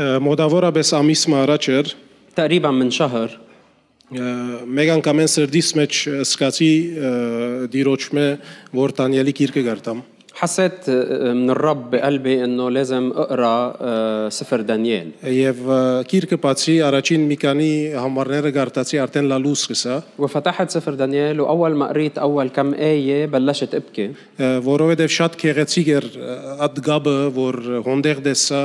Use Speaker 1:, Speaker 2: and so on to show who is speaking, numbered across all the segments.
Speaker 1: մոտավորապես ամիսը առաջ էր
Speaker 2: تقريبا من شهر
Speaker 1: ը, մեկ անգամ են սրդիս մեջ սկացի դիրոճմե որ Դանիելի գիրքը գարտամ
Speaker 2: حسيت آه، من الرب بقلبي انه لازم اقرا آه، سفر دانيال
Speaker 1: եւ ը, գիրքը բացի առաջին մի քանի համարները գարտացի արդեն լալուս սկսա
Speaker 2: وفتحت سفر دانيال واول ما قريت اول كم ايه بلشت ابكي
Speaker 1: ը, որովհետեւ շատ քեղեցիկ էր ը, այդ գաբը որ հոնդեղ դեսա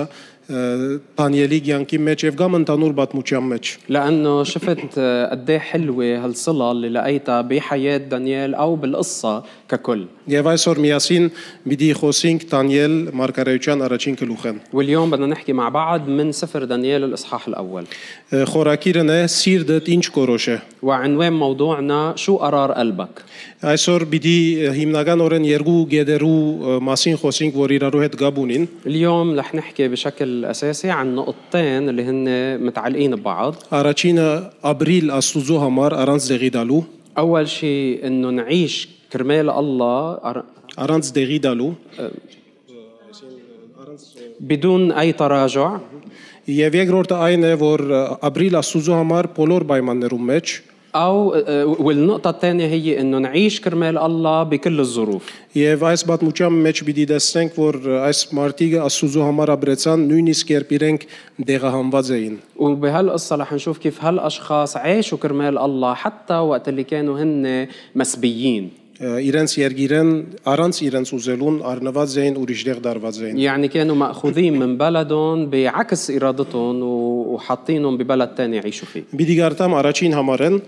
Speaker 1: Դանիելի ցանկի մեջ եւ գամ ընդանուր բաթմուճյան մեջ
Speaker 2: لانه شفت آه، قد ايه حلوه هالصله اللي لقيتها بحياه دانيال او بالقصه ككل
Speaker 1: Եվ այսօր միասին պիտի խոսենք Դանիել Մարգարեյան առաջին գլուխեն։
Speaker 2: واليوم بدنا نحكي مع بعض من سفر دانيال الاصحاح الاول
Speaker 1: Ը, Խորակիրն է սիրտդ ինչ կորոշ է։
Speaker 2: وعنوان موضوعنا شو قرار قلبك
Speaker 1: Այսօր պիտի ը, հիմնականորեն երկու գեդերու ը, մասին խոսենք, որ իրարու հետ գաբ ունին։
Speaker 2: اليوم رح نحكي بشكل اساسي عن نقطتين اللي هن متعلقين ببعض
Speaker 1: Առաջինը ապրիլ աստուծո համար առանց դեղի դալու,
Speaker 2: اول شيء انه نعيش كرمال الله أر-
Speaker 1: առանց դեղի դալու
Speaker 2: بدون اي تراجع
Speaker 1: եւ երկրորդը այն է, որ ը, ապրիլ աստուծո համար բոլոր պայմաններում մեջ
Speaker 2: او آه، والنقطه الثانيه هي انه نعيش كرمال الله بكل الظروف
Speaker 1: Եվ այս պատմության մեջ պիտի տեսնենք, որ ը, այս մարտիկը աստուծո համար ապրեցան նույնիսկ երբ իրենք դեղահանված էին։
Speaker 2: وبهالقصة رح نشوف كيف هالأشخاص عاشوا كرمال الله حتى وقت اللي كانوا هن مسبيين
Speaker 1: Ա, իրենց երկիրեն առանց իրենց ուզելուն առնված էին ուրիշտեղ դարված էին
Speaker 2: يعني كانوا مأخوذين من بلدهم بعكس إرادتهم و- وحاطينهم ببلد تاني يعيشوا فيه
Speaker 1: Բիդի գարտամ առաջին համարեն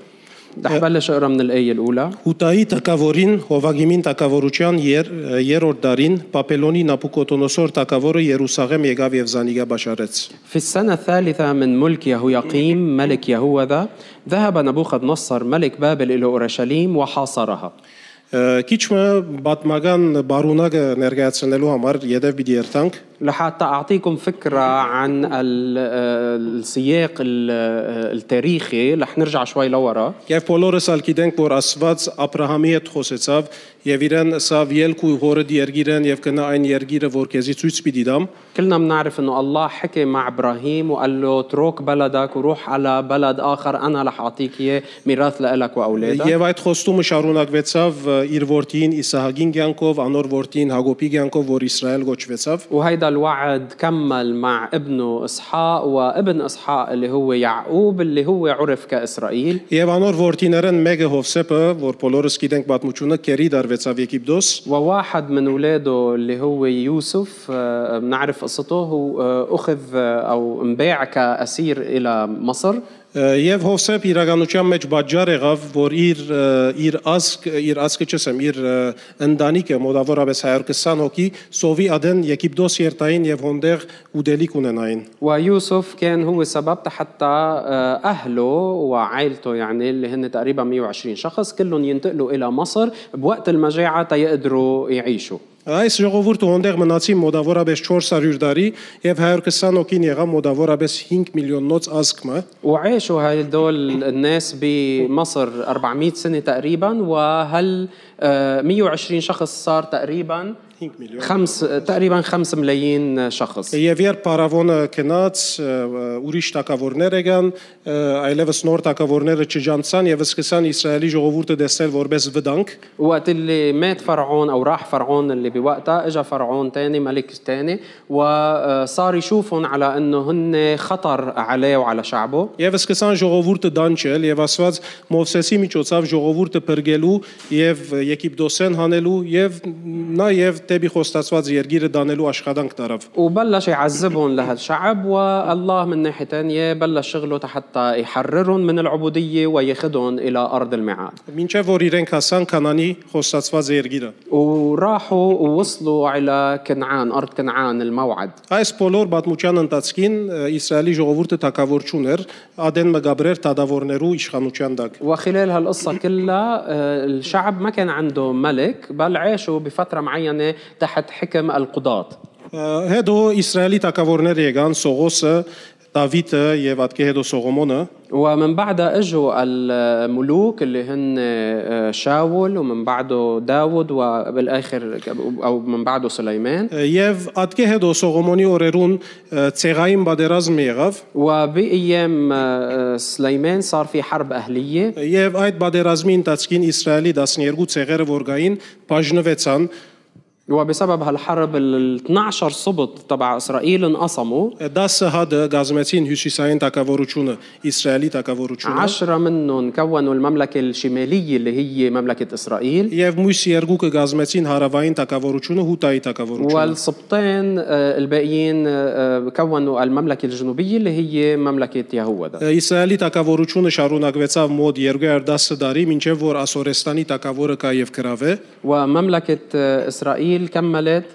Speaker 2: رح بلش أقرأ من الآية الأولى
Speaker 1: Հուտայի տակավորին Հովագիմին տակավորության եր, երրորդ դարին Բաբելոնի Նապուկոտոնոսոր տակավորը Երուսաղեմ եկավ եւ Զանիգա բաշարեց
Speaker 2: في السنة الثالثة من ملك يهويقيم ملك يهوذا ذهب نبوخذ نصر ملك بابل إلى أورشليم وحاصرها
Speaker 1: Ա, Քիչը բատմական բարունակը ներկայացնելու համար յետև բիդի երթանք
Speaker 2: لحتى أعطيكم فكرة عن ال- آه، السياق ال- آه، التاريخي رح نرجع شوي لورا
Speaker 1: Եվ բոլորս ալ գիտենք, որ Աստված Աբ รา համի հետ խոսեցավ եւ իրեն սավ ելք ու հորը դերգիրեն եւ կնա այն երգիրը, որ քեզի ցույց պիտի դամ։
Speaker 2: كلنا بنعرف انه الله حكي مع ابراهيم وقال له اترك بلدك وروح على بلد اخر انا رح اعطيك اياه ميراث لك واولادك
Speaker 1: Եվ այդ խոստումը շարունակվեցավ ը, իր որդին Իսահակին ցանկով, անոր որդին Հակոբի ցանկով, որ Իսրայել գոչվեցավ։
Speaker 2: وهيدا الوعد كمل مع ابنه اسحاق وابن اسحاق اللي هو يعقوب اللي هو عرف كاسرائيل
Speaker 1: Եվ անոր որդիներն մեկը Հովսեփը, որ բոլորս գիտենք պատմությունը, կերի դարվեցավ Եգիպտոս,
Speaker 2: وواحد من اولاده اللي هو يوسف آه، بنعرف قصته هو آه، اخذ آه، او انباع كاسير الى مصر
Speaker 1: ը, եւ Հովսեփ իրականության մեջ բաժար եղավ, որ իր ը, իր ազգ, իր ազգը չեմ, իր ը, ընտանիքը մոտավորապես 120 հոգի սովի ադեն Եգիպտոս երթային եւ հոնդեղ ուդելիք ունենային։
Speaker 2: ويوسف كان هو سبب حتى آه، أهله وعائلته يعني اللي هن تقريبا 120 شخص كلهم ينتقلوا إلى مصر بوقت المجاعة تيقدروا يعيشوا
Speaker 1: Այս ժողովուրդը հոնդեղ մնացի մոտավորապես 400 տարի եւ 120 հոգին եղավ մոտավորապես 5 միլիոնոց ազգը
Speaker 2: وعاشوا هدول الناس بمصر 400 سنة تقريبا وهل آه، 120 شخص صار تقريبا
Speaker 1: 5 միլիոն
Speaker 2: خمس تقريبا 5 ملايين شخص
Speaker 1: Եվ երբ Փարավոնը կնաց ը, ուրիշ տակավորներ եկան, ը, այլևս նոր տակավորները չջանցան եւ սկսան Իսրայելի ժողովուրդը դեսել որպես վտանգ։
Speaker 2: وقت اللي مات فرعون او راح فرعون اللي بوقتها اجى فرعون تاني ملك تاني وصار يشوفهم على انه هن خطر عليه وعلى شعبه
Speaker 1: Եվ սկսան ժողովուրդը դանչել եւ ասված Մովսեսի միջոցով ժողովուրդը բրգելու եւ Եգիպտոսեն հանելու եւ նաեւ տեպի խոստացված երկիրը դանելու աշխատանք տարավ։
Speaker 2: وبلش يعذبهم لهالشعب والله من ناحية تانية بلش شغله حتى يحررهم من العبودية وياخذهم إلى أرض الميعاد
Speaker 1: Մինչև որ իրենք հասան Կանանի խոստացված երկիրը։
Speaker 2: وراحوا ووصلوا على كنعان أرض كنعان الموعد
Speaker 1: Այս բոլոր բազմության ընթացքին ը, Իսրայելի ժողովուրդը թակավոր չուներ, Ադեն մգաբրեր տադավորներու իշխանության տակ։
Speaker 2: وخلال هالقصة كلها آه، الشعب ما كان عنده ملك بل عاشوا بفترة معينة تحت حكم القضاة
Speaker 1: Ա, Հետո Իսրայելի թակավորները եկան Սողոսը, Դավիթը եւ ատկե հետո Սողոմոնը
Speaker 2: ومن بعدها اجوا الملوك اللي هن آه، شاول ومن بعده داود وبالاخر او من بعده سليمان
Speaker 1: եւ ատկե հետո Սողոմոնի օրերուն ը, ցեղային բادرազմ եղավ
Speaker 2: وبايام آه، سليمان صار في حرب اهليه
Speaker 1: եւ այդ բادرազմի ընթացքին Իսրայելի 12 ցեղերը որ գային բաժնվեցան
Speaker 2: وبسبب هالحرب ال 12 سبط تبع اسرائيل انقسموا
Speaker 1: 10 հադը գազմեցին հյուսիսային տակավորությունը Իսրայելի տակավորությունը
Speaker 2: عشرة منهم كونوا المملكة الشمالية اللي هي مملكة إسرائيل
Speaker 1: եւ մյուս երկուկը գազմեցին հարավային տակավորությունը հուտայի տակավորությունը
Speaker 2: والسبطين آه، الباقيين آه، كونوا المملكة الجنوبية اللي هي مملكة يهوذا
Speaker 1: Ը, Իսրայելի տակավորությունը շարունակվեցավ մոտ 210 տարի, մինչև որ Ասորեստանի տակավորը կա եւ գրավե։
Speaker 2: ومملكة آه، إسرائيل كملت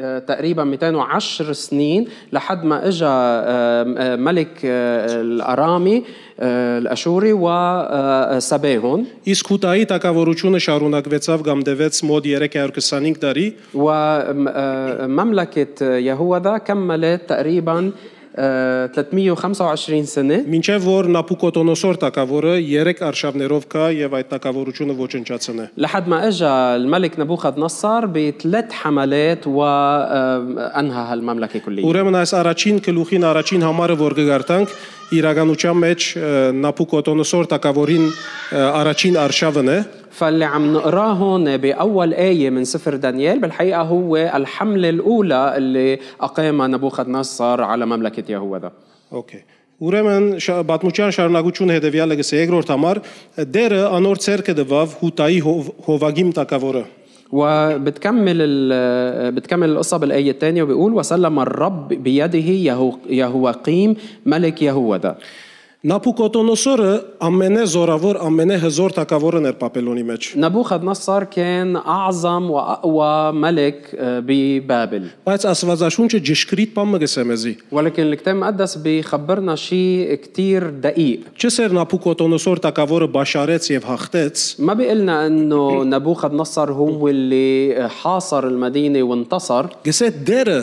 Speaker 2: آه، تقريبا 210 سنين لحد ما اجى آه، آه، ملك آه، الارامي آه، الاشوري وسباهم
Speaker 1: Իսկ Հուտայի տակավորությունը շարունակվեցավ կամ դևեց մոտ 325 տարի,
Speaker 2: ومملكة آه، يهوذا كملت تقريبا آه، 325 سنة
Speaker 1: մինչև որ Նապուկոտոնոսոր տակավորը 3 արշավներով կա եւ այդ տակավորությունը ոչնչացնե։
Speaker 2: لحد ما اجى الملك نبوخذ نصار بثلاث حملات وانهى هالمملكه كليا
Speaker 1: Ուրեմն այս առաջին գլուխին առաջին համարը որ կգարտանք, իրականության մեջ ը, Նապուկոտոնոսոր տակավորին ը, առաջին արշավն է։
Speaker 2: فاللي عم نقراه هون باول ايه من سفر دانيال بالحقيقه هو الحمله الاولى اللي اقامها نبوخذ نصر على مملكه يهوذا
Speaker 1: Okay. Ուրեմն շա- պատմության շարունակություն հետևյալը գսե երկրորդ համար դերը անոր ցերկը դվավ հուտայի հով, հովագիմ տակավորը
Speaker 2: وبتكمل ال- بتكمل القصه بالايه الثانيه وبيقول وسلم الرب بيده يهو يهوقيم ملك يهوذا
Speaker 1: Նապուկոտոնոսորը ամենե զորավոր ամենե հզոր տակավորն էր Բաբելոնի մեջ
Speaker 2: نبوخذ نصر كان اعظم واقوى ملك آه، ببابل
Speaker 1: բայց Աստվածաշունչը ճշգրիտ բան մգսե մեզի
Speaker 2: ولكن الكتاب المقدس بيخبرنا شيء كتير دقيق
Speaker 1: Չսեր Նապուկոտոնոսոր տակավորը բաշարեց եւ հաղթեց
Speaker 2: ما بيقلنا انه نبوخذ نصر هو اللي حاصر المدينه وانتصر
Speaker 1: գսե դերը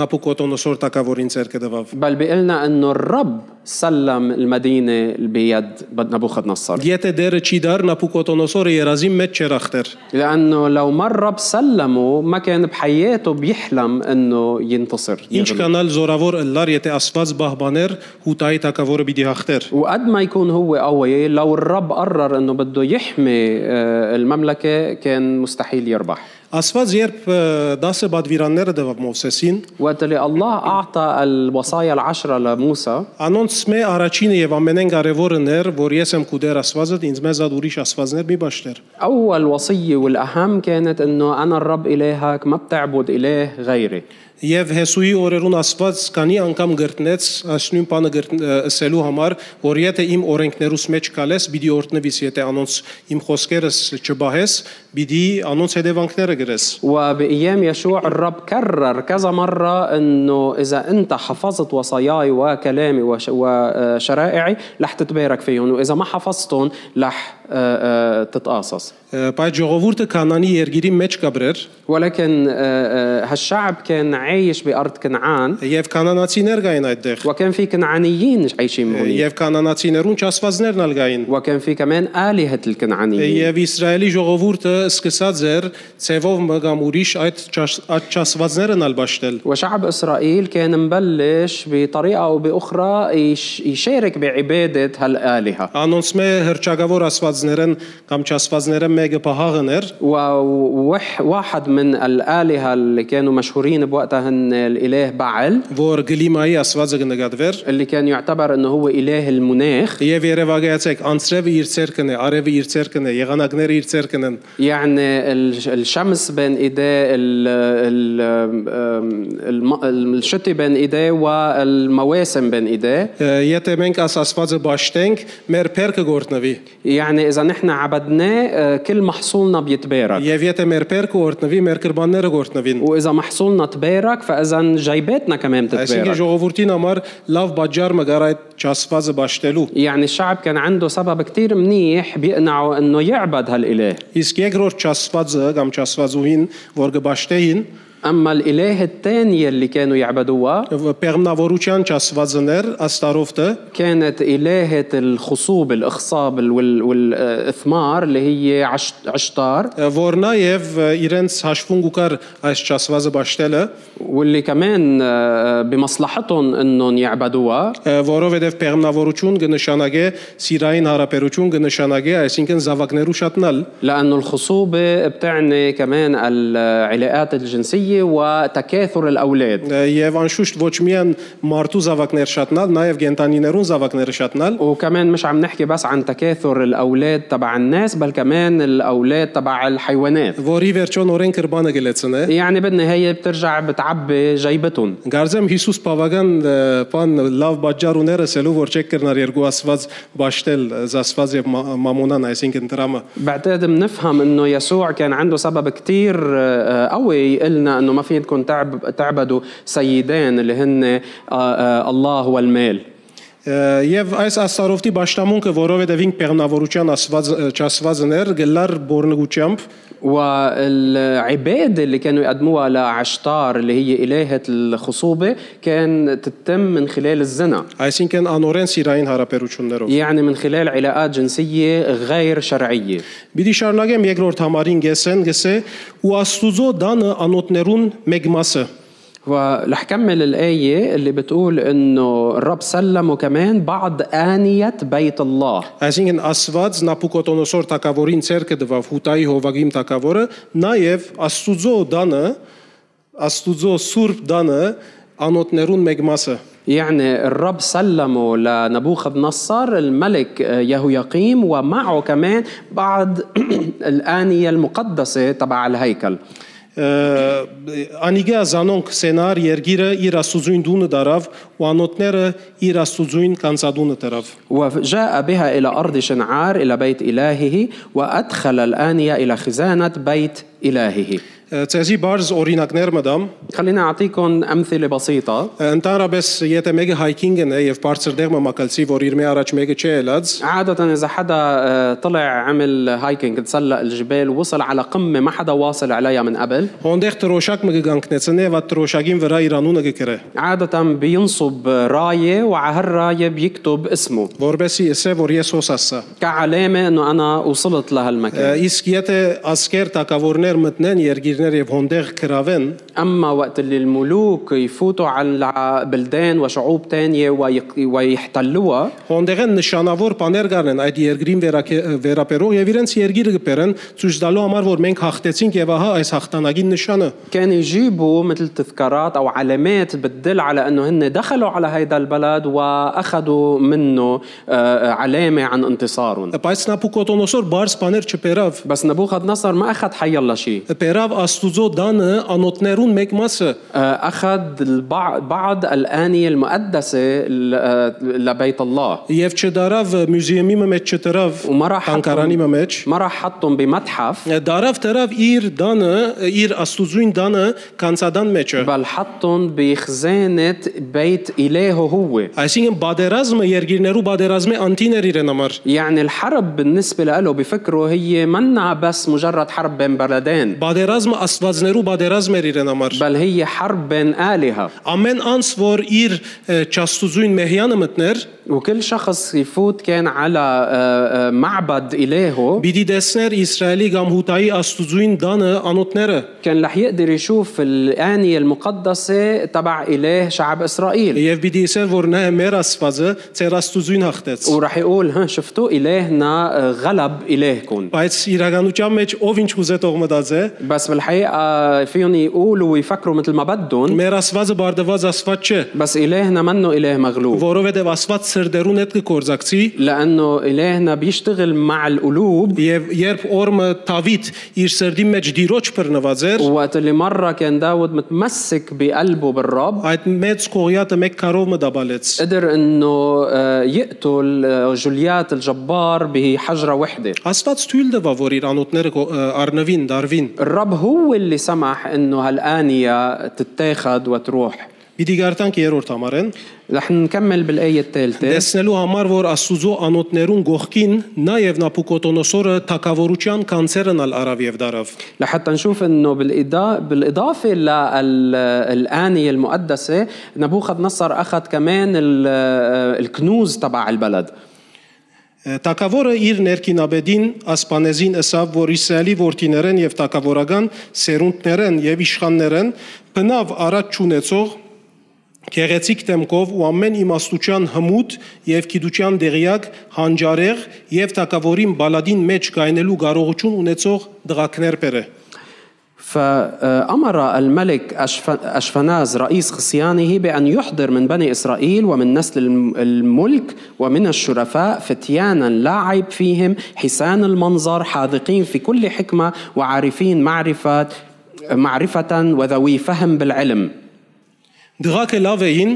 Speaker 1: Նապուկոտոնոսոր տակավորին ցերկը դվավ
Speaker 2: بل بيقلنا انه الرب سلم المدينه بيد نبوخذ نصر
Speaker 1: Եթե դերը չի դար Նապուկոտոնոսորը երազի մեջ չեր հաղթեր
Speaker 2: لانه لو ما الرب سلمه ما كان بحياته بيحلم انه ينتصر
Speaker 1: Ինչ
Speaker 2: يغلب.
Speaker 1: կանալ զորավոր լար եթե Աստված բահբաներ հուտայի տակավորը պիտի հաղթեր։
Speaker 2: وقد ما يكون هو قوي لو الرب قرر انه بده يحمي آه، المملكه كان مستحيل يربح
Speaker 1: Աստված երբ ը, 10 բադվիրանները դավ Մովսեսին,
Speaker 2: وقت اللي الله اعطى الوصايا العشره لموسى
Speaker 1: անոնց մե առաջինը եւ ամենեն կարեւորն էր, որ ես եմ կուդեր Աստվածը ինձ մեզ ադ ուրիշ Աստվածներ մի բաշտեր։
Speaker 2: أول وصية والأهم كانت إنه أنا الرب إلهك ما بتعبد إله غيري
Speaker 1: Եվ Հեսուի օրերուն Աստված քանի անգամ գրտնեց այս նույն բանը գրտն- ը, ասելու համար, որ եթե իմ օրենքներուս մեջ կալես, պիտի օրտնվիս, եթե անոնց իմ խոսքերս չբահես, պիտի անոնց հետևանքները գրես։
Speaker 2: وبأيام يشوع الرب كرر كذا مرة إنه إذا أنت حفظت وصاياي وكلامي وش- وشرائعي رح تتبارك فيهم وإذا ما حفظتهم رح آه، تتقاصص
Speaker 1: Ը, Բայց ժողովուրդը Կանանի երկիրի մեջ կաբրեր
Speaker 2: ولكن آه، آه، هالشعب كان عايش بأرض كنعان
Speaker 1: Եվ կանանացիներ կային այդտեղ։
Speaker 2: وكان في كنعانيين
Speaker 1: آه،
Speaker 2: عايشين هون
Speaker 1: Եվ կանանացիներուն ճասվածներն ալ կային։
Speaker 2: وكان في كمان آلهة الكنعانيين
Speaker 1: Եվ Իսրայելի ժողովուրդը սկսած էր ցևով մը կամ ուրիշ այդ ճաս- այդ ճասվածներն ալ ճաշտել։
Speaker 2: وشعب إسرائيل كان مبلش بطريقة أو بأخرى يش- يشارك بعبادة هالآلهة
Speaker 1: Անոնց մե հրճակավոր ասվածներն կամ ճասվածները մեկը պահաղն էր,
Speaker 2: وواحد من الآلهة اللي كانوا مشهورين بوقتها هن الإله بعل
Speaker 1: որ գլիմայի ասվածը կնկատվեր։
Speaker 2: اللي كان يعتبر أنه هو إله المناخ
Speaker 1: Եվ Երևանացեք անցրևը իր ցերկն է, արևը իր ցերկն է, եղանակները իր ցերկն են։
Speaker 2: يعني ال- الشمس بين إيديه ال- ال- الم- الم- الشتي بين إيديه والمواسم بين إيديه
Speaker 1: Ը, Եթե մենք աս ասվածը ճաշտենք, մեր փերկը գործնվի։
Speaker 2: يعني إذا نحن عبدناه آه، كل محصولنا بيتبارك
Speaker 1: Եվ եթե մեր փերկը գործնվի, մեր կրբանները գործնվին։
Speaker 2: واذا محصولنا تبارك فاذا جيباتنا كمان
Speaker 1: Այսինքն
Speaker 2: بتتبارك
Speaker 1: ժողովրդին համար լավ բաժար մը գար այդ ճասվածը ճաշտելու։
Speaker 2: يعني الشعب كان عنده سبب كتير منيح بيقنعه انه يعبد هالاله
Speaker 1: Իսկ երկրորդ ճասվածը կամ ճասվածուհին, որ գ ճաշտեին,
Speaker 2: أما الإله الثانية اللي كانوا يعبدوها
Speaker 1: Պերմնավորության ճասվածներ Աստարովտը
Speaker 2: كانت إلهة الخصوب الإخصاب وال- والإثمار اللي هي عش- عشتار
Speaker 1: որ նաև իրենց հաշվունք ուկար այս ճասվածը ճաշտելը
Speaker 2: واللي كمان آه، بمصلحتهم انهم يعبدوها
Speaker 1: որովհետև պերմնավորություն կնշանակե սիրային հարաբերություն կնշանակե այսինքն զավակներու շատնալ
Speaker 2: لأن الخصوبة بتعني كمان العلاقات الجنسية وتكاثر الأولاد
Speaker 1: եւ անշուշտ ոչ միայն մարդու զավակներ շատնալ նաև գենտանիներուն զավակները շատնալ
Speaker 2: وكمان مش عم نحكي بس عن تكاثر الأولاد تبع الناس بل كمان الأولاد تبع الحيوانات
Speaker 1: որի վերջոն օրեն կրբանը գլեցնե
Speaker 2: يعني بالنهاية بترجع بتعبي جيبتهم
Speaker 1: Գարձեմ Հիսուս բավական ը, բան լավ բաժար ուներ ասելու որ չեք կրնար երկու ասված ճաշտել զասված եւ մա- մամոնան այսինքն դրամը
Speaker 2: بعتقد بنفهم انه يسوع كان عنده سبب كتير آه، قوي قلنا انه ما فينكم تعب تعبدوا سيدين اللي هن آه، آه، الله والمال
Speaker 1: Եվ այս աստարովտի ճաշտամունքը, որովհետև ինք պեղնավորության ասված ճասվածներ գլար բորնգուչամբ
Speaker 2: والعبادة اللي كانوا يقدموها لعشتار اللي هي إلهة الخصوبة كان تتم من خلال الزنا
Speaker 1: այսինքն անօրեն սիրային հարաբերություններով։
Speaker 2: يعني من خلال علاقات جنسية غير شرعية
Speaker 1: Բիդի շարունակեմ երկրորդ համարին գեսեն գսե ու աստուծո դանը անոթներուն մեկ մասը։
Speaker 2: ورح كمل الآية اللي بتقول إنه الرب سلمه كمان بعض آنية بيت الله
Speaker 1: Այսինքն Աստված Նապուկոտոնոսոր Թագավորին ցերկը տվավ Հուտայի Հովագիմ Թագավորը, նաև Աստուծո դանը, Աստուծո Սուրբ դանը անոթներուն մեկ մասը։
Speaker 2: يعني الرب سلمه لنبوخذ نصر الملك يهويقيم ومعه كمان بعض الآنية المقدسة تبع الهيكل
Speaker 1: Ա, Անիգա Զանոնք սենար երգիրը իր աստուծույն դունը դարավ ու անոթները իր աստուծույն կանցադունը դարավ։
Speaker 2: وجاء بها إلى أرض شنعار إلى بيت إلهه وأدخل الآنية إلى خزانة بيت إلهه
Speaker 1: Ա, Ցեզի բարձ օրինակներ մտամ։
Speaker 2: خلينا أعطيكم أمثلة بسيطة
Speaker 1: Ա, Ընդհանրապես եթե մեկը հայքինգն է եւ բարձր դեղ մակալցի, որ իր մի առաջ մեկը չէ ելած,
Speaker 2: عادة إذا حدا آه، طلع عمل هايكنج تسلق الجبال وصل على قمة ما حدا واصل عليها من قبل
Speaker 1: հոնդեղ տրոշակ մը կգանքնեցնե եւ այդ տրոշակին վրա իր անունը կգրե։
Speaker 2: عادة بينصب راية وعلى هالراية بيكتب اسمه
Speaker 1: Որբեսի եսե որ ես հոսասա։
Speaker 2: كعلامة إنه أنا وصلت لهالمكان
Speaker 1: Իսկ եթե ասկեր տակավորներ մտնեն երգիրներ եւ հոնդեղ կրավեն,
Speaker 2: أما وقت اللي الملوك يفوتوا على بلدان وشعوب تانية ويق- ويحتلوها
Speaker 1: հոնդեղեն նշանավոր բաներ կանեն այդ երգրին վերակե- վերապերող եւ իրենց երգիրը կբերեն ցույց տալու համար որ մենք հաղթեցինք եւ ահա այս հաղթանակի նշանը։
Speaker 2: كانوا يجيبوا مثل تذكارات او علامات بتدل على انه هن دخلوا على هيدا البلد واخذوا منه آه، علامه عن انتصارهم
Speaker 1: Բայց Նապուկոտոնոսոր բարձ բաներ չբերավ։
Speaker 2: بس نبوخذ نصر ما اخذ حي الله شيء
Speaker 1: Բերավ Աստուծո դանը անոթներուն մեկ մասը։
Speaker 2: آه، اخذ البع- بعض الانيه المقدسه ل- آه، لبيت الله
Speaker 1: Եվ չդարավ մյուզեումի մեջ չդարավ
Speaker 2: وما راح
Speaker 1: Թանկարանի
Speaker 2: حطهم-
Speaker 1: մեջ։
Speaker 2: ما راح حطهم بمتحف
Speaker 1: Դարավ դարավ իր դանը, իր Աստուծույն դանը կանցադան մեջը։
Speaker 2: بل حطهم بخزانه بيت الهه هو
Speaker 1: Այսինքն բادرազմը երկիրներու բادرազմի անտիներ իրեն համար։
Speaker 2: يعني الحرب بالنسبة له بفكره هي منا بس مجرد حرب بين بلدين
Speaker 1: Բادرազմը աստվածներու բادرազմ էր իրեն համար։
Speaker 2: بل هي حرب بين آلهة
Speaker 1: Ամեն անց որ իր ը, ճաստուզույն մեհյանը մտներ,
Speaker 2: وكل شخص يفوت كان على آه، آه، معبد إلهه
Speaker 1: պիտի դեսներ Իսրայելի կամ Հուտայի աստուծույն դանը անոթները։
Speaker 2: كان رح يقدر يشوف الآنية المقدسة تبع إله شعب إسرائيل
Speaker 1: Եվ պիտի իսեր որ նա մեր աստվածը ծեր աստուծույն հաղթեց։
Speaker 2: ورح يقول ها شفتوا إلهنا آه، غلب إلهكم
Speaker 1: Բայց իրականության մեջ ով ինչ ուզե թող մտածե,
Speaker 2: بس بالحقيقة آه، فيهم يقولوا ويفكروا مثل ما بدهم
Speaker 1: մեր աստվածը բարդված աստված չէ,
Speaker 2: بس إلهنا منه إله مغلوب
Speaker 1: որովհետև աստված սրդերուն հետ կկործակցի
Speaker 2: لأنه إلهنا بيشتغل مع القلوب
Speaker 1: Եվ երբ Օրմը Դավիթ իր սրդի մեջ դիրոջ բռնված էր,
Speaker 2: وقت اللي مرة كان داود متمسك بقلبه بالرب
Speaker 1: այդ մեծ կողյատը մեկ քարով մտաբալեց։
Speaker 2: قدر انه آه، يقتل آه، جوليات الجبار بحجره وحده
Speaker 1: Աստված թույլ տվա, որ իր անոթները կո- ը, առնվին, դարվին։
Speaker 2: الرب هو اللي سمح انه هالآنية تتاخد وتروح
Speaker 1: Պիտի գարտանք երրորդ համարեն,
Speaker 2: رح نكمل بالآية الثالثة
Speaker 1: տեսնելու համար, որ Աստուծո անոթներուն գողքին նաև Նապուկոտոնոսորը թակավորության կանցերն ալ արավ եւ դարավ։
Speaker 2: لحتى نشوف انه بالإضا- بالاضافه للانيه المقدسه نبوخذ نصر اخذ كمان ال- الكنوز تبع البلد
Speaker 1: Տակավորը իր ներքինաբեդին ասպանեզին ասավ, որ Իսրայելի որդիներեն եւ տակավորական սերունդներեն եւ իշխաններեն բնավ առաջ ճանեցող Գեղեցիկ դեմքով ու ամեն իմաստության հմուտ եւ գիտության դեղյակ հանճարեղ եւ տակավորին բալադին մեջ գայնելու կարողություն ունեցող դղակներ բերե։
Speaker 2: فأمر الملك أشف- أشفناز رئيس خصيانه بأن يحضر من بني إسرائيل ومن نسل الم- الملك ومن الشرفاء فتيانا لا عيب فيهم حسان المنظر حاذقين في كل حكمة وعارفين معرفة معرفة وذوي فهم بالعلم
Speaker 1: Դղակը լավ էին,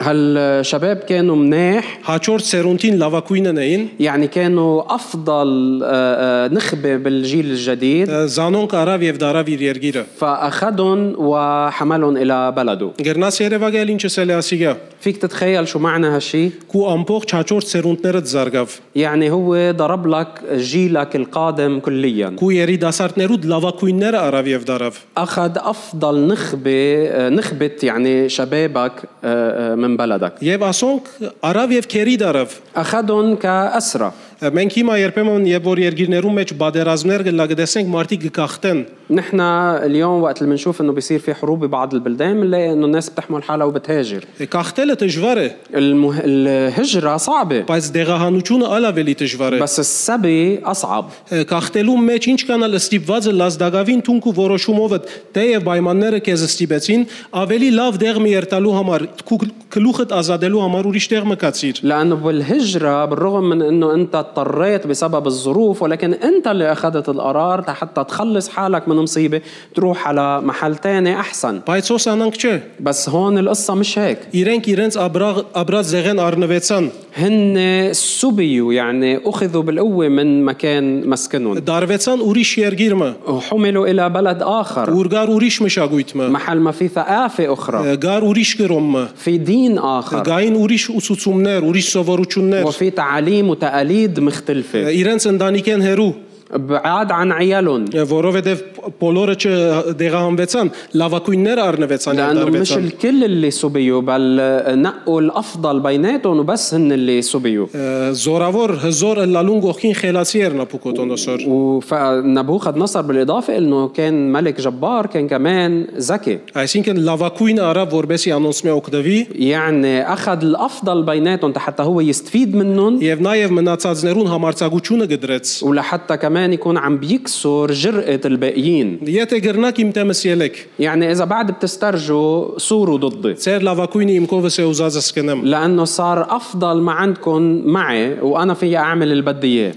Speaker 2: هالشباب كانوا مناح
Speaker 1: հաջորդ սերունդին լավակույնն էին,
Speaker 2: يعني كانوا أفضل آه، آه، نخبة بالجيل الجديد
Speaker 1: զանոնք արավ եւ դարավ իր երգիրը։
Speaker 2: فأخذهم وحملهم إلى بلده
Speaker 1: Գերնաս Երևանյալ ինչ ասել է ասիգա։
Speaker 2: فيك تتخيل شو معنى هالشي
Speaker 1: Կու ամբողջ հաջորդ սերունդները զարգավ։
Speaker 2: يعني هو ضرب لك جيلك القادم كليا
Speaker 1: Կու երիտասարդներու լավակույնները արավ եւ դարավ։
Speaker 2: أخذ أفضل نخبة آه، نخبة يعني شبابك آه، آه، من بلدك
Speaker 1: Եվ ասոնք արավ եւ քերի դարավ։
Speaker 2: أخذهم كأسرة
Speaker 1: Մենք հիմա երբեմն երբ որ երկիրներում մեջ բادرազմներ գլագդեսենք մարդիկ գկախտեն։
Speaker 2: نحن اليوم وقت اللي بنشوف انه بيصير في حروب ببعض البلدان بنلاقي انه الناس بتحمل حالها وبتهاجر
Speaker 1: Գախտելը դժվար է,
Speaker 2: المه... الهجرة صعبة
Speaker 1: բայց դեղահանությունը ալ ավելի դժվար է։
Speaker 2: بس السبي أصعب
Speaker 1: Գախտելու մեջ ինչ կանալ ստիպված է լազդագավին թունք ու որոշումով դե եւ պայմանները քեզ ստիպեցին ավելի լավ դեղ մի երտալու համար, քու գլուխդ ազատելու համար ուրիշ տեղ մկացիր։
Speaker 2: لأنه بالهجرة بالرغم من أنه أنت اضطريت بسبب الظروف ولكن أنت اللي أخذت القرار حتى تخلص حالك من مصيبة تروح على محل تاني أحسن
Speaker 1: Բայց ոսանանք չէ։
Speaker 2: بس هون القصة مش هيك
Speaker 1: Իրենք իրենց աբրաղ աբրած զեղեն առնվեցան,
Speaker 2: هن سبيوا يعني أخذوا بالقوة من مكان مسكنهم
Speaker 1: դարվեցան ուրիշ երգիրմը,
Speaker 2: وحملوا إلى بلد آخر
Speaker 1: ուրգար ուրիշ մշակույթը,
Speaker 2: محل ما في ثقافة أخرى
Speaker 1: գար ուրիշ գրոմը,
Speaker 2: في دين آخر
Speaker 1: գային ուրիշ ուսուցումներ, ուրիշ սովորություններ,
Speaker 2: وفي تعاليم وتقاليد مختلفة
Speaker 1: իրենց ընտանիքեն հերու,
Speaker 2: بعاد عن عيالهم
Speaker 1: որովհետև բոլորը չդեղահանվեցան, լավակույններ առնվեցան եւ
Speaker 2: لانه مش
Speaker 1: դարվեցան։
Speaker 2: الكل اللي صبيوا بل نقوا الافضل بيناتهم وبس هن اللي صبيوا
Speaker 1: إيه. Զորավոր հզոր լալուն գողքին խելացի էր Նապուկոտոնոսոր։
Speaker 2: ونبوخذ نصر بالاضافه انه كان ملك جبار كان كمان ذكي
Speaker 1: Այսինքն լավակույնը արա որբեսի անոնց մե օկտվի
Speaker 2: يعني اخذ الافضل بيناتهم حتى هو يستفيد منهم
Speaker 1: եւ նաեւ մնացածներուն համարձակությունը գդրեց։
Speaker 2: ولحتى كمان يكون عم بيكسر جرأة الباقيين
Speaker 1: Եթե գրնակ իմ տեմս ելեք,
Speaker 2: يعني إذا بعد بتسترجوا صوروا ضدي
Speaker 1: Ձեր լավակույնի իմ կովս է ուզածս կնեմ։
Speaker 2: لأنه صار أفضل ما عندكم معي وأنا فيي أعمل اللي بدي إياه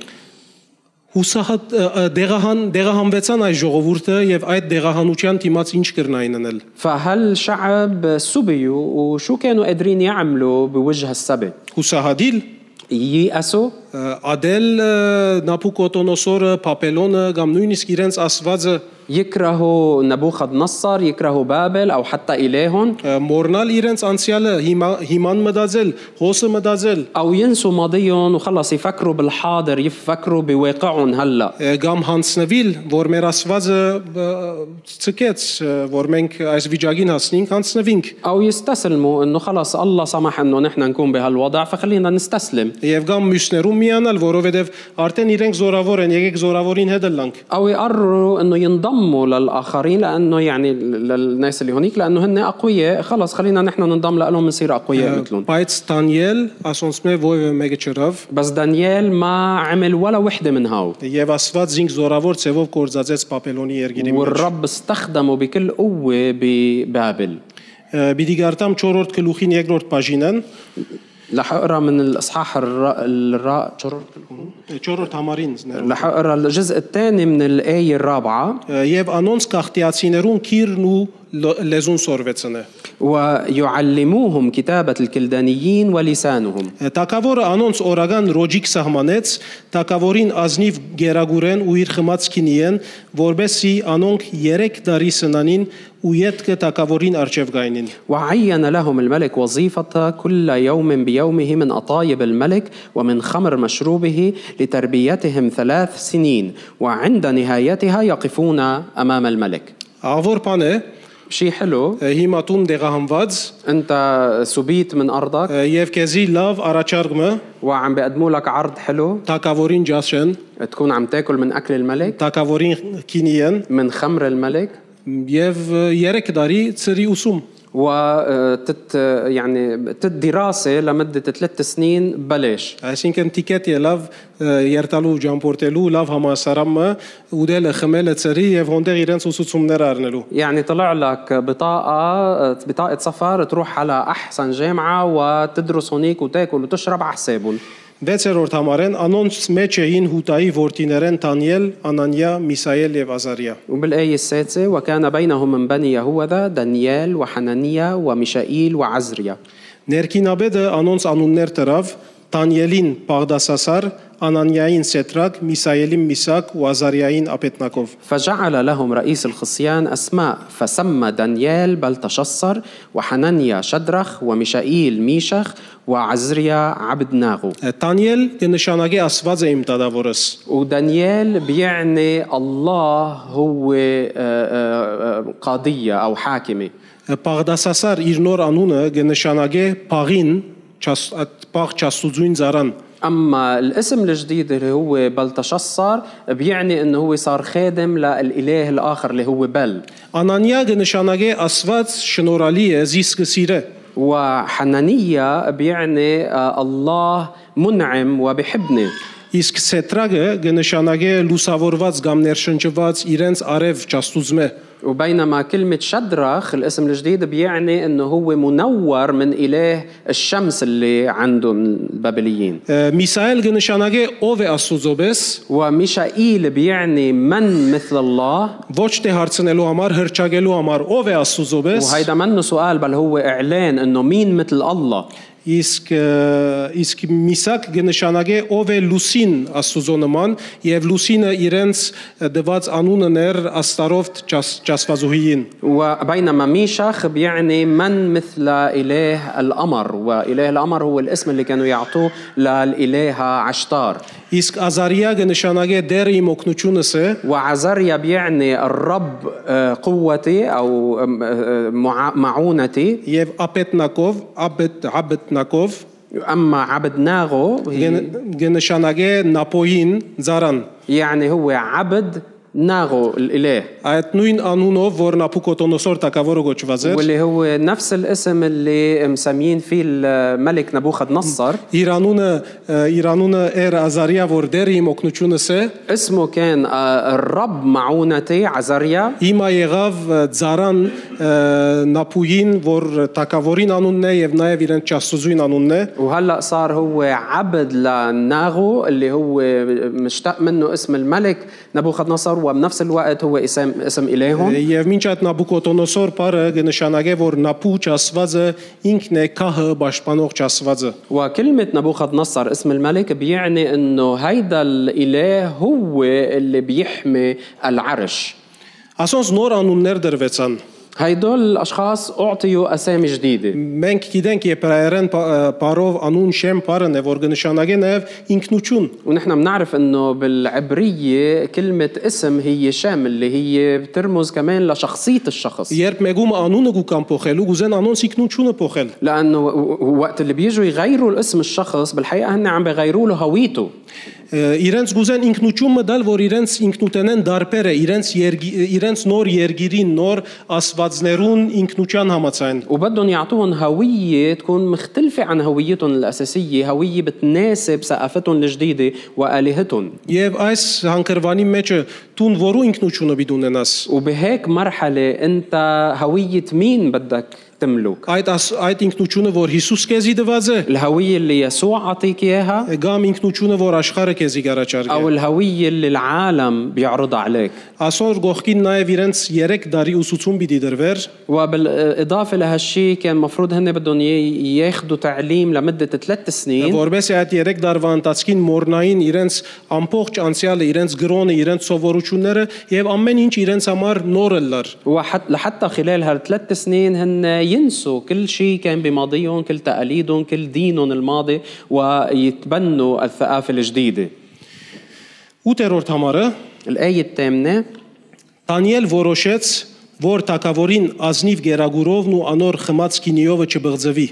Speaker 1: Հուսահատ ը, ը, դեղահան դեղահանվեցան այս ժողովուրդը եւ այդ դեղահանության դիմաց ինչ կրնային անել։
Speaker 2: فهل شعب سبيوا وشو كانوا قادرين يعملوا بوجه السبي؟
Speaker 1: Հուսահադիլ
Speaker 2: ييأسوا
Speaker 1: ը, Ադել ը, Նապուկոտոնոսորը, Պապելոնը կամ նույնիսկ իրենց ասվածը
Speaker 2: يكرهوا نبوخذ نصر يكرهوا بابل أو حتى إلههم
Speaker 1: ը, մորնալ իրենց անցյալը, հիմա հիման մտածել, հոսը մտածել
Speaker 2: أو ينسوا ماضيهم وخلص يفكروا بالحاضر يفكروا بواقعهم هلأ
Speaker 1: ը, կամ հանցնվել, որ մեր ասվածը ը, ցկեց, ը, որ մենք այս վիճակին հասնենք, հանցնվինք։
Speaker 2: أو يستسلموا إنه خلص الله سمح إنه نحن نكون بهالوضع فخلينا نستسلم
Speaker 1: Եվ կամ մյուսներում միանալ, որովհետև արդեն իրենք զորավոր են, եկեք զորավորին հետ էլ լանք։
Speaker 2: أو يقرروا إنه ينضموا للآخرين لأنه يعني للناس اللي هونيك لأنه هن أقوياء خلص خلينا نحن ننضم لهم نصير
Speaker 1: نعم.
Speaker 2: أقوياء مثلهم
Speaker 1: Բայց Դանիել ասոնց մե ովը մեկը չրավ
Speaker 2: بس دانيال ما عمل ولا وحدة من هاو
Speaker 1: եւ ասված ինք զորավոր ծևով կորցածեց Պապելոնի երկրի մեջ։
Speaker 2: والرب استخدمه بكل قوة ببابل
Speaker 1: Բիդի գարտամ 4-րդ գլուխին 2-րդ բաժինն,
Speaker 2: رح اقرا من الاصحاح الرا الرا شرور-
Speaker 1: 4-րդ համարին զներ։
Speaker 2: رح اقرا الجزء الثاني من الايه الرابعه
Speaker 1: Եվ անոնց կախտիացիներուն քիրն ու լ- լեզուն սորվեցնե։
Speaker 2: ويعلموهم كتابة الكلدانيين ولسانهم
Speaker 1: Տակավորը անոնց օրական ռոջիկ սահմանեց, տակավորին ազնիվ գերագուրեն ու իր խմած քինիեն, որբեսի անոնք 3 տարի սնանին ու յետքը տակավորին արժև գայնին։
Speaker 2: وعين لهم الملك وظيفة كل يوم بيومه من أطايب الملك ومن خمر مشروبه لتربيتهم ثلاث سنين وعند نهايتها يقفون أمام الملك
Speaker 1: Ավոր բան է,
Speaker 2: شيء حلو
Speaker 1: է, հիմա տուն դեղահանված
Speaker 2: أنت سبيت من أرضك
Speaker 1: է, եւ քեզի լավ առաջարկը
Speaker 2: وعم بيقدموا لك عرض حلو
Speaker 1: տակավորին ջասեն,
Speaker 2: تكون عم تاكل من أكل الملك
Speaker 1: տակավորին քինիեն
Speaker 2: من خمر الملك
Speaker 1: եւ 3 տարի ծրի ուսում։
Speaker 2: وتت آه، يعني تت دراسه لمده ثلاث سنين ببلاش
Speaker 1: Այսինքն տիկետ ելավ ը, երթալու ջամփորդելու լավ համասարամը ուդելը խմելը ծրի եւ հոնդեր իրենց ուսուցումներ առնելու։
Speaker 2: يعني طلع لك بطاقة بطاقة سفر تروح على أحسن جامعة وتدرس هناك وتاكل وتشرب على حسابهم
Speaker 1: 6-րդ համարեն անոնց մեջ էին Հուտայի որդիներեն Դանիել, Անանիա, Միսայել եւ Ազարիա։
Speaker 2: وبالآية السادسة وكان بينهم من بني يهوذا دانيال وحنانيا وميشائيل وعزريا
Speaker 1: Ներքինաբեդը անոնց անուններ տրավ Դանիելին Բաղդասասար, Անանիային Սետրակ, Միսայելին Միսակ ու Ազարիային Ապետնակով։
Speaker 2: فجعل لهم رئيس الخصيان أسماء فسمى دانيال بلتشصر وحنانيا شدرخ وميشائيل ميشخ وعزريا عبد ناغو
Speaker 1: Դանիել կնշանակի Աստված է իմ դադավորս։
Speaker 2: ودانيال بيعني الله هو آه، آه، آه، قضية أو حاكمة
Speaker 1: Բաղդասասար իր նոր անունը կնշանակե Փաղին, Փաղ Չասուձույն Զարան։
Speaker 2: أما الاسم الجديد اللي هو بلتشصر بيعني أنه هو صار خادم للإله الآخر اللي هو بل
Speaker 1: Անանիա կնշանակե Աստված շնորհալի է զիսկսիրը։
Speaker 2: وحنانية بيعني آه، الله منعم وبحبني
Speaker 1: Իսկ Սետրագը կնշանակե լուսավորված կամ ներշնչված իրենց արև Չասուձմե։
Speaker 2: وبينما كلمة شدرخ الاسم الجديد بيعني أنه هو منور من إله الشمس اللي عندهم البابليين
Speaker 1: Միսայել կնշանակե ով է Աստուծոպես,
Speaker 2: وميشائيل بيعني من مثل الله
Speaker 1: ոչ թե հարցնելու համար, հրճագելու համար ով է Աստուծոպես։
Speaker 2: وهيدا منه سؤال بل هو إعلان أنه مين مثل الله
Speaker 1: Իսկ ը, իսկ Միսակ կնշանակե ով է Լուսին Աստուծո նման եւ Լուսինը իրենց դված անունն էր Աստարով ճասվածուհին։
Speaker 2: وبينما ميشخ بيعني من مثل إله القمر وإله القمر هو الاسم اللي كانوا يعطوه للإلهة عشتار
Speaker 1: Իսկ Ազարիա կնշանակե դեր իմ օկնությունս է
Speaker 2: وعزريا بيعني الرب آه، قوتي أو آم، آه، مع- معونتي
Speaker 1: եւ Ապետնակով, Աբետ Աբետնակով
Speaker 2: أما عبد ناغو هي-
Speaker 1: կն- կնշանակե Նապոյին Զարան։
Speaker 2: يعني هو عبد ناغو الإله
Speaker 1: Այդ նույն անունով, որ Նապուկոտոնոսոր տակավորը գոչված էր,
Speaker 2: واللي هو نفس الاسم اللي مسميين فيه الملك نبوخذ نصر
Speaker 1: իր անունը ը, իր անունը էր Ազարիա, որ դեր իմ օկնությունս է,
Speaker 2: اسمه كان آه، الرب معونتي عزريا
Speaker 1: Հիմա եղավ ը, Ձարան ը, Նապուին, որ Տակավորին անունն է եւ նաեւ իրեն Չասուզույն անունն է։
Speaker 2: وهلا صار هو عبد لناغو اللي هو مشتق منه اسم الملك نبوخذ نصر وبنفس الوقت هو اسم اسم الههم
Speaker 1: Եվ մինչ այդ Նաբուկոտոնոսոր բարը կնշանակե, որ Նապու Չասվածը ինքն է քահը պաշտպանող Չասվածը։
Speaker 2: وكلمة نبوخذ نصر اسم الملك بيعني انه هيدا الاله هو اللي بيحمي العرش
Speaker 1: Ասոնց նոր անուններ դրվեցան։
Speaker 2: هيدول الاشخاص اعطيوا اسامي جديده
Speaker 1: Մենք գիտենք եբրայերեն պա- ը, բարով անուն Շեմ բարն է, որ կնշանակե նաեւ ինքնություն։
Speaker 2: ونحن بنعرف انه بالعبريه كلمه اسم هي شام اللي هي بترمز كمان لشخصيه الشخص
Speaker 1: Երբ մեգում անունը գուկան փոխելու, գուզեն անոնց ինքնությունը փոխել։
Speaker 2: لانه و- و- وقت اللي بيجوا يغيروا الاسم الشخص بالحقيقه هن عم بيغيروا له هويته
Speaker 1: Ը, Իրենց գուզեն ինքնություն մտալ, որ իրենց ինքնութենեն դարբերը, իրենց երգի, իրենց նոր երգիրին, նոր աստվածներուն ինքնության համաձայն։
Speaker 2: وبدهم يعطوهم هويه تكون مختلفه عن هويتهم الاساسيه هويه بتناسب ثقافتهم الجديده والهتهم
Speaker 1: Եվ այս հանգրվանի մեջը տուն որու ինքնությունը պիտի ունենաս։
Speaker 2: وبهيك مرحله انت هويه مين بدك تملك
Speaker 1: Այդ աս- այդ ինքնությունը, որ Հիսուս քեզի դված է,
Speaker 2: الهوية اللي يسوع أعطيك إياها
Speaker 1: կամ ինքնությունը, որ աշխարհը քեզի
Speaker 2: أو
Speaker 1: գարաչարգել։
Speaker 2: الهوية اللي العالم بيعرضها عليك
Speaker 1: Այսօր գողքին նաև իրենց 3 տարի ուսուցում պիտի դրվեր,
Speaker 2: وبالإضافة لهالشي كان مفروض هن بدهم ي- ياخدوا تعليم لمدة ثلاث سنين
Speaker 1: որովհետեւ այդ 3 տարվա ընթացքին մորնային իրենց ամբողջ անցյալը, իրենց գրոնը, իրենց սովորությունները եւ ամեն ինչ իրենց համար նոր էլ լար։
Speaker 2: وحتى لحتى خلال هالثلاث سنين هن ينسوا كل شيء كان بماضيهم كل تقاليدهم كل دينهم الماضي ويتبنوا الثقافة الجديدة
Speaker 1: 8-րդ համարը
Speaker 2: الآية الثامنة
Speaker 1: Դանիել որոշեց, որ Թագավորին ազնիվ գերագուրովն ու անոր խմած գինիովը չբղձվի։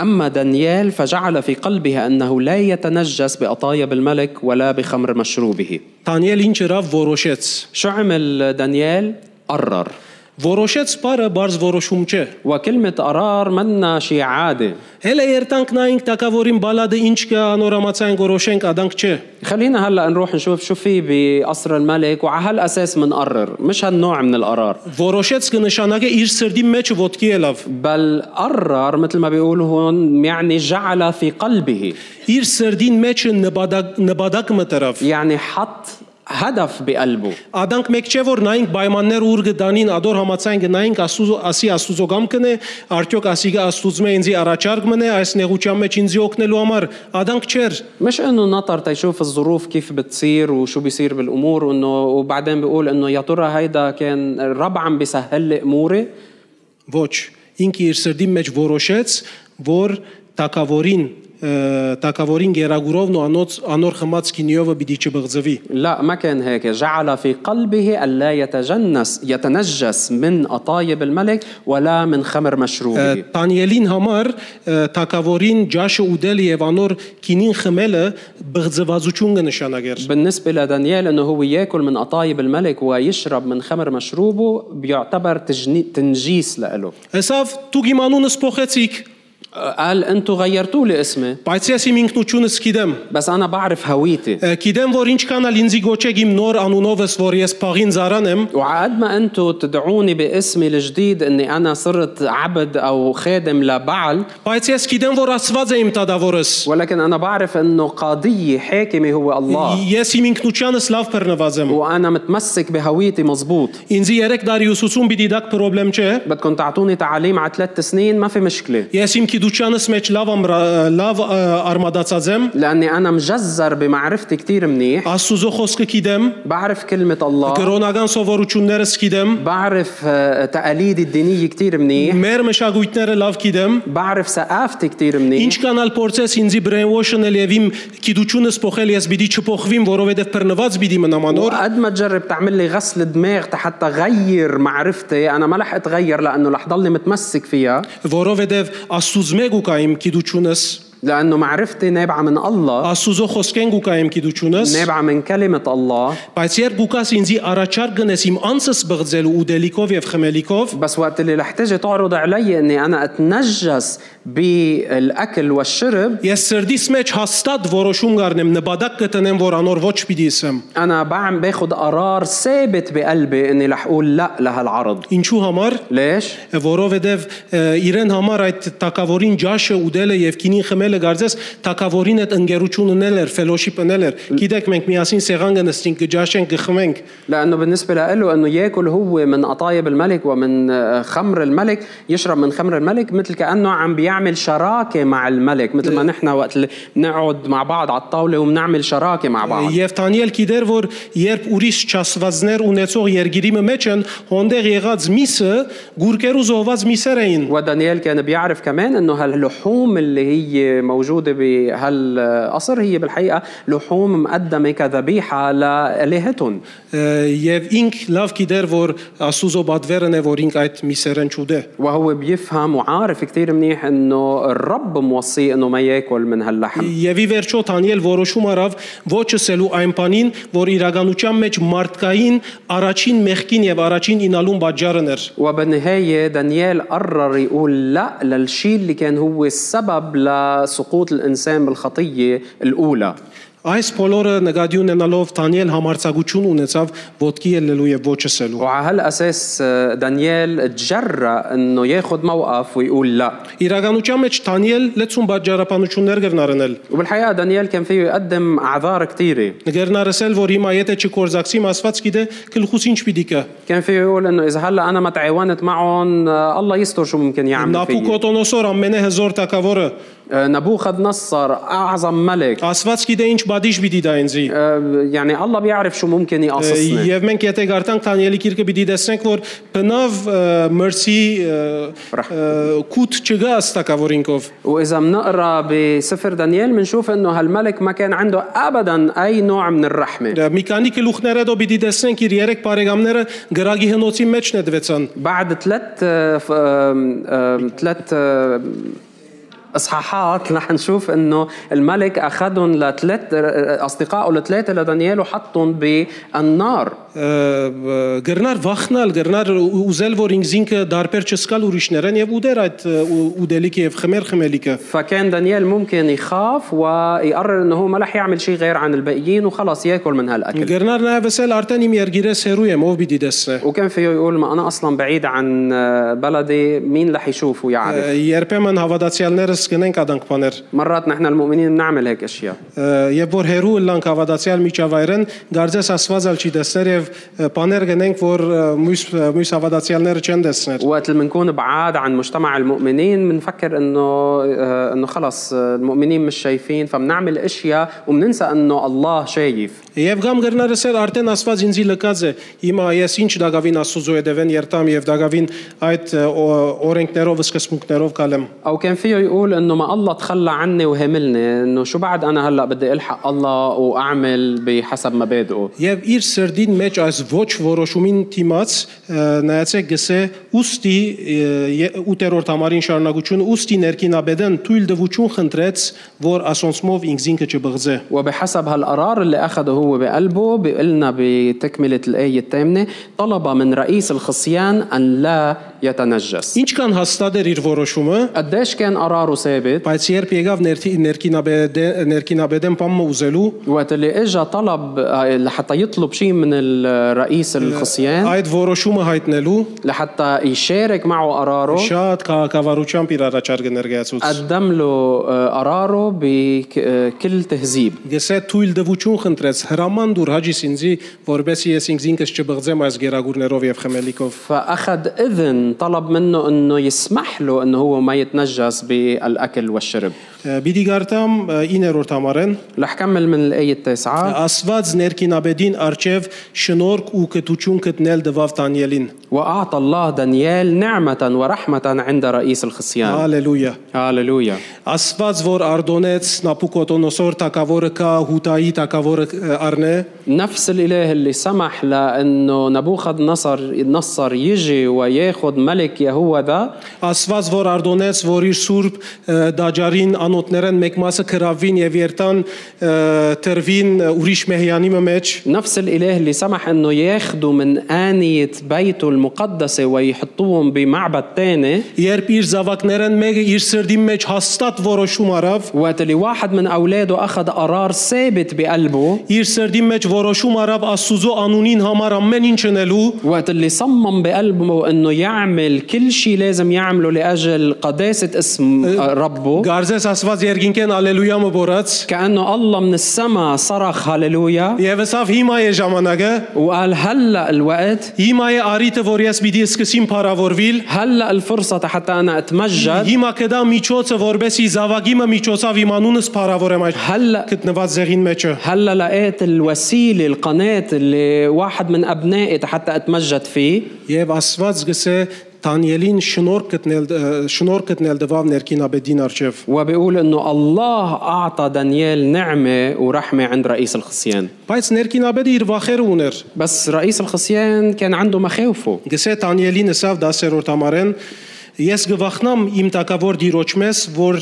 Speaker 2: أما دانيال فجعل في قلبها أنه لا يتنجس بأطايب الملك ولا بخمر مشروبه
Speaker 1: Դանիել ինչ հրավ որոշեց։
Speaker 2: شو عمل دانيال؟ قرر
Speaker 1: Որոշեց բառը բարձ որոշում չէ։
Speaker 2: وكلمة قرار منا شي عادة
Speaker 1: Հելը երտանք նայինք Թագավորին բալադը ինչ կա անորամացային գորոշենք ադանք չէ։
Speaker 2: خلينا هلا نروح نشوف شو في بقصر الملك وعلى هالاساس منقرر مش هالنوع من القرار
Speaker 1: Որոշեց կնշանակե իր սրդի մեջ ոդկի ելավ։
Speaker 2: بل قرر مثل ما بيقولوا هون يعني جعل في قلبه
Speaker 1: Իր սրդին մեջ նպատակ նպատակ մտրավ։
Speaker 2: يعني حط هدف بقلبه
Speaker 1: Ադանք մեկ չէ որ նայինք պայմաններ ուր գտանին ադոր համացան գնայինք աստուծո ասի աստուծո կամքն է արդյոք ասիգա աստուծմե ինձի առաջարկ մնե այս նեղության մեջ ինձի օգնելու համար ադանք չէր
Speaker 2: مش انه نطر تيشوف الظروف كيف بتصير وشو بيصير بالامور وانه وبعدين بيقول انه يا ترى هيدا كان الرب عم بيسهل لي اموري
Speaker 1: ոչ ինքը իր սրդի մեջ որոշեց որ տակավորին տակավորին գերագուրովն ու անոց անոր խմած քինիովը պիտի չբղձվի
Speaker 2: لا ما كان هيك جعل في قلبه ألا يتجنس يتنجس من أطايب الملك ولا من خمر
Speaker 1: آه.
Speaker 2: مشروبه
Speaker 1: Դանիելին համար տակավորին ջաշը ուդել եւ անոր քինին խմելը բղձվածություն կնշանակեր
Speaker 2: بالنسبة لدانيال أنه هو يأكل من أطايب الملك ويشرب من خمر مشروبه بيعتبر تجني تنجيس لإله
Speaker 1: Հեսավ դուք իմ անունս փոխեցիք
Speaker 2: قال أنتوا غيرتوا لي اسمي
Speaker 1: Բայց ես իմ ինքնությունս գիտեմ։
Speaker 2: بس أنا بعرف هويتي
Speaker 1: Ա, Գիտեմ, որ ինչքան էլ ինձի գոչեք իմ նոր անունովս, որ ես փաղին զարան եմ,
Speaker 2: وعقد ما أنتوا تدعوني باسمي الجديد أني أنا صرت عبد أو خادم لبعل
Speaker 1: բայց ես գիտեմ, որ Աստված է իմ տադավորս։
Speaker 2: ولكن أنا بعرف أنه قاضي حاكمي هو الله
Speaker 1: Ես իմ ինքնությանս լավ բռնված եմ։
Speaker 2: وانا متمسك بهويتي مزبوط
Speaker 1: Ինձի 3 տարի ուսուցում պիտի դակ խնդրեմ չէ։
Speaker 2: بدكم تعطوني تعاليم على ثلاث سنين ما في مشكله
Speaker 1: Ես իմ քիդությանս մեջ լավ ամրա, լավ ա, արմատացած եմ։
Speaker 2: لاني انا مجزر بمعرفتي كتير منيح
Speaker 1: Աստուծո խոսքը գիտեմ,
Speaker 2: بعرف كلمه الله
Speaker 1: կրոնական սովորություններս գիտեմ,
Speaker 2: بعرف آه، تقاليدي الدينيه كتير منيح
Speaker 1: մեր մշակույթները լավ գիտեմ։
Speaker 2: بعرف ثقافتي كتير منيح
Speaker 1: Ինչքան էլ փորձես ինձի brainwash-նել եւ իմ քիդությանս փոխել, ես պիտի չփոխվեմ, որովհետեւ բռնված պիտի մնամ անոր։
Speaker 2: وقد ما تجرب تعمل لي غسل دماغ حتى غير معرفتي انا ما رح اتغير لانه رح ضلني متمسك فيها
Speaker 1: որովհետև աստուծո մեկ ու կայմ գիտությունս
Speaker 2: لانه معرفتي نابعه من الله
Speaker 1: աստուծո խոսքեն ու կայմ գիտությունս
Speaker 2: نابعه من كلمه الله
Speaker 1: բայց երբ գուկաս ինձի առաջարկ գնես իմ անձս բղձելու ու դելիկով եւ խմելիկով
Speaker 2: بس وقت اللي رح تجي تعرض علي اني انا اتنجس بالاكل والشرب
Speaker 1: ես սրդիս մեջ հաստատ որոշում կառնեմ նպատակ կտնեմ որ անոր ոչ պիտի իսեմ
Speaker 2: انا بعم باخد قرار ثابت بقلبي اني رح اقول لا لهالعرض
Speaker 1: ինչու համար
Speaker 2: ليش؟
Speaker 1: որովհետև ը, իրեն համար այդ տակավորին ջաշը ուդելը եւ քինին խմելը գարձես տակավորին այդ ընկերություն ունել էր fellowship ունել էր գիտեք մենք միասին սեղան կնստենք կջաշենք կխմենք
Speaker 2: لانه بالنسبه له انه ياكل هو من قطايب الملك ومن آه، خمر الملك يشرب من خمر الملك مثل كانه عم بيعمل شراكه مع الملك مثل ما نحن وقت اللي بنقعد مع بعض على الطاوله وبنعمل شراكه مع بعض
Speaker 1: Եվ Դանիել գիտեր, որ երբ ուրիշ ճասվածներ ունեցող երկիրի մեջ են, հոնդեղ եղած միսը գուրկերու զոհված միսեր էին։
Speaker 2: ودانيال كان بيعرف كمان انه هاللحوم اللي هي موجوده بهالقصر هي بالحقيقه لحوم مقدمه كذبيحه لالهتهم
Speaker 1: Ը, Եվ ինք լավ գիտեր, որ Աստուծո բադվերն է, որ ինք այդ միսերն չուդե։
Speaker 2: وهو بيفهم وعارف كثير منيح انه الرب موصيه انه ما ياكل من هاللحم
Speaker 1: Եվ ի վերջո Դանիել որոշում առավ ոչ ասելու այն բանին, որ իրականության մեջ մարդկային առաջին մեղքին եւ առաջին ինալուն բաժարն էր։
Speaker 2: وبالنهاية دانيال قرر يقول لا للشيء اللي كان هو السبب لسقوط الإنسان بالخطية الأولى
Speaker 1: Այս բոլորը նկատի ունենալով Դանիել համարձակություն ունեցավ ոդկի ելնելու եւ ոչսելու։
Speaker 2: وعلى هالاساس آه، دانيال تجرأ انه ياخذ موقف ويقول لا
Speaker 1: Իրականության մեջ Դանիել լեցուն բաժարապանություններ կրնարնել։
Speaker 2: وبالحقيقه دانيال كان فيه يقدم اعذار كثيره
Speaker 1: Ներգրնարսել, որ հիմա եթե չկործակցիմ, Աստված գիտե գլխուս ինչ պիտի կա։
Speaker 2: كان فيه يقول انه اذا هلا انا ما تعاونت معهم آه، الله يستر شو ممكن يعمل فيي
Speaker 1: Նապուկոտոնոսոր ամենահզոր տակավորը
Speaker 2: آه، نبوخذ نصر اعظم ملك
Speaker 1: Աստված գիտե ինչ բադիշ պիտի դա ինձի։
Speaker 2: آه، يعني الله بيعرف شو ممكن يقصصني
Speaker 1: Եվ մենք եթե գարտանք Դանիելի գիրքը պիտի տեսնենք, որ բնավ ը, մրցի ը,
Speaker 2: Ռահ։
Speaker 1: ը, կուտ չգա աստակավորինքով։
Speaker 2: واذا بنقرا بسفر دانيال بنشوف انه هالملك ما كان عنده ابدا اي نوع من الرحمه
Speaker 1: Դա Մի քանի գլուխները դո պիտի տեսնենք իր երեք բարեկամները գրագի հնոցի մեջ նետվեցան։
Speaker 2: بعد ثلاث آه، ف- آم، آم، ثلاث آه، اصحاحات رح نشوف انه الملك اخذهم لثلاث آه، اصدقائه لثلاثه لدانيال وحطهم بالنار
Speaker 1: ը, ը, Գրնար վախնալ, գրնար ու- ուզել որ ինձ ինքը դարբեր չսկալ ուրիշներեն եւ ուդեր այդ ը, ու- ուդելիքը եւ խմեր խմելիքը։
Speaker 2: فكان دانيال ممكن يخاف ويقرر انه هو ما رح يعمل شيء غير عن الباقيين وخلص ياكل من هالاكل
Speaker 1: Գրնար նաև ասել արդեն իմ երգիրես հերու եմ, ով պիտի տեսնե։
Speaker 2: وكان فيه يقول ما انا اصلا بعيد عن آه، بلدي مين رح يعني؟ يشوف
Speaker 1: Ը,
Speaker 2: ويعرف
Speaker 1: Երբեմն հավատացյալները սկնենք ադանք բաներ։
Speaker 2: مرات نحن المؤمنين بنعمل هيك اشياء
Speaker 1: Ը, Երբ որ հերու լանք հավատացյալ միջավայրեն, դարձես Աստվածալ չի դեսներ եւ ը, բաներ գնենք, որ ը, մյուս մյուս հավատացյալները չեն դեսներ։
Speaker 2: وقت اللي بنكون بعاد عن مجتمع المؤمنين بنفكر انه آه، انه خلص آه، المؤمنين مش شايفين فبنعمل اشياء وبننسى انه الله شايف
Speaker 1: Եվ կամ գրնարս էր արդեն Աստված ինձի լկած է։ Հիմա ես ինչ դակավին Աստուծո եդևեն երտամ եւ դակավին այդ ը, օ- օրենքներով սկսմունքներով կալեմ։
Speaker 2: او كان فيه يقول انه ما الله تخلى عني وهملني انه شو بعد انا هلا بدي الحق الله واعمل بحسب مبادئه
Speaker 1: Եվ իր սրդին մեջ այս ոչ որոշումին դիմաց ը, նայեցեք գսե ուստի ը, ե- ուտերորդ համարին շարունակություն ուստի ներքին աբեդեն թույլ դվություն խնդրեց որ ասոնցմով ինքզինքը չբղձե
Speaker 2: وبحسب هالقرار اللي أخده هو بقلبه بقلنا بتكملة الآية الثامنة طلب من رئيس الخصيان أن لا يتنجس
Speaker 1: Ինչքան հաստատ էր իր որոշումը
Speaker 2: قديش كان قراره ثابت
Speaker 1: բայց երբ եկավ ներքի- ներքին աբեդեն ներքին աբեդեն պամը ուզելու
Speaker 2: وقت اللي اجى طلب آه، لحتى يطلب شيء من الرئيس الخصيان
Speaker 1: այդ որոշումը հայտնելու
Speaker 2: لحتى يشارك معه قراره
Speaker 1: շատ քաղաքավարությամբ իր առաջարկը ներկայացուց
Speaker 2: قدم له آه، قراره بكل تهذيب
Speaker 1: Գեսե թույլ դվություն խնդրեց հրաման դուր հաջիս ինձի որբեսի ես ինքզինքս չբղձեմ այս գերագուրներով եւ խմելիքով
Speaker 2: فاخذ اذن طلب منه انه يسمح له انه هو ما يتنجس بالاكل والشرب
Speaker 1: Բիդի գարտամ 9-րդ համարեն
Speaker 2: رح كمل من الايه
Speaker 1: آه.
Speaker 2: التاسعه
Speaker 1: Աստված ներքինաբեդին արչև շնորհք ու կտուչուն գտնել դվավ Դանիելին։
Speaker 2: واعطى الله دانيال نعمه ورحمه عند رئيس الخصيان
Speaker 1: Հալելույա։
Speaker 2: هاليلويا
Speaker 1: Աստված որ արդոնեց Նապուկոտոնոսոր Թակավորը կա Հուտայի Թակավորը ը, առնե
Speaker 2: نفس الاله اللي سمح لانه نبوخذ نصر نصر يجي وياخذ ملك يهوذا
Speaker 1: Աստված որ արդոնեց որ իր սուրբ ը, դաջարին անոթներեն մեկ մասը կրավին եւ երտան ը, տրվին ը, ուրիշ մեհյանի մեջ
Speaker 2: نفس الاله اللي سمح انه ياخذوا من آنية بيته المقدسة ويحطوهم بمعبد تاني
Speaker 1: Երբ իր զավակներն մեկը իր սրդի մեջ հաստատ որոշում արավ,
Speaker 2: وقت اللي واحد من اولاده اخذ قرار ثابت بقلبه
Speaker 1: իր սրդի մեջ որոշում արավ Աստուծո անունին համար ամեն ինչ անելու,
Speaker 2: وقت اللي صمم بقلبه انه يعمل كل شيء لازم يعمله لاجل قداسة اسم ربه
Speaker 1: Գարձես Աստված երկինքեն ալելույա մը բորած։
Speaker 2: كانه الله من السما صرخ هاليلويا
Speaker 1: Եվ ասավ հիմա է ժամանակը,
Speaker 2: وقال هلا الوقت
Speaker 1: հիմա է արիտը, որ ես պիտի սկսեմ փառավորվել։
Speaker 2: هلا الفرصة حتى أنا أتمجد
Speaker 1: Հիմա կդա միջոցը, որբեսի զավագիմը միջոցով իմ անունս փառավորեմ այդ
Speaker 2: هلا
Speaker 1: գտնված ձեղին մեջը։
Speaker 2: هلا لقيت الوسيلة القناة اللي واحد من أبنائي حتى أتمجد فيه
Speaker 1: Եվ Աստված գսե Դանիելին շնորհ գտնել ը, շնորհ գտնել դվավ ներքին աբեդին արչև։
Speaker 2: وبيقول إنه الله أعطى دانيال نعمة ورحمة عند رئيس الخصيان
Speaker 1: Բայց ներքին աբեդը իր վախերը ուներ։
Speaker 2: بس رئيس الخصيان كان عنده مخاوفه
Speaker 1: Գսե Դանիելին ասավ 10-րդ համարեն Ես գվախնամ իմ տակավոր դիրոջ մեզ, որ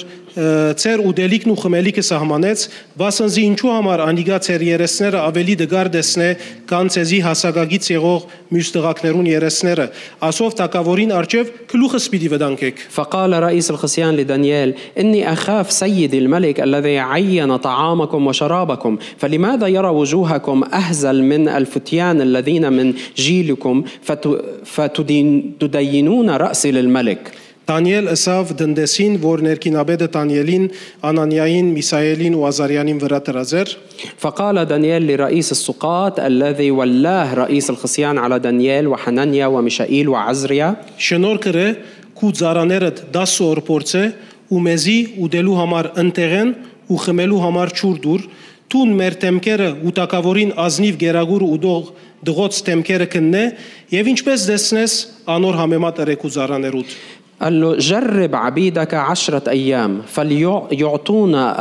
Speaker 1: ծեր ուդելիքն ու խմելիքը սահմանեց, բասնզի ինչու համար անիգա ծեր երեսները ավելի դգար դեսնե կան ցեզի հասակագից եղող մյուս տղակներուն երեսները, ասով տակավորին արջև գլուխս պիտի վտանգեք։
Speaker 2: فقال رئيس الخصيان لدانيال إني أخاف سيدي الملك الذي عين طعامكم وشرابكم فلماذا يرى وجوهكم أهزل من الفتيان الذين من جيلكم فتدينون رأسي للملك
Speaker 1: Դանիել ըսավ դնդեսին, որ ներքինաբեդը Դանիելին, Անանիային, Միսայելին ու Ազարյանին վրա տրազեր,
Speaker 2: فقال دانيال لرئيس السقاط الذي ولاه رئيس الخصيان على دانيال وحنانيا وميشائيل وعزريا
Speaker 1: շնորհքրը քու ծարաներդ 10 օր փորձե ու մեզի ուդելու համար ընտեղեն ու խմելու համար ճուրդուր, տուն մեր տեմկերը ու տակավորին ազնիվ գերագուր ու դող դղոց տեմկերը կննե եւ ինչպես դեսնես անոր համեմատ երեք ու ծարաներուդ
Speaker 2: قال له جرب عبيدك عشرة أيام فليعطونا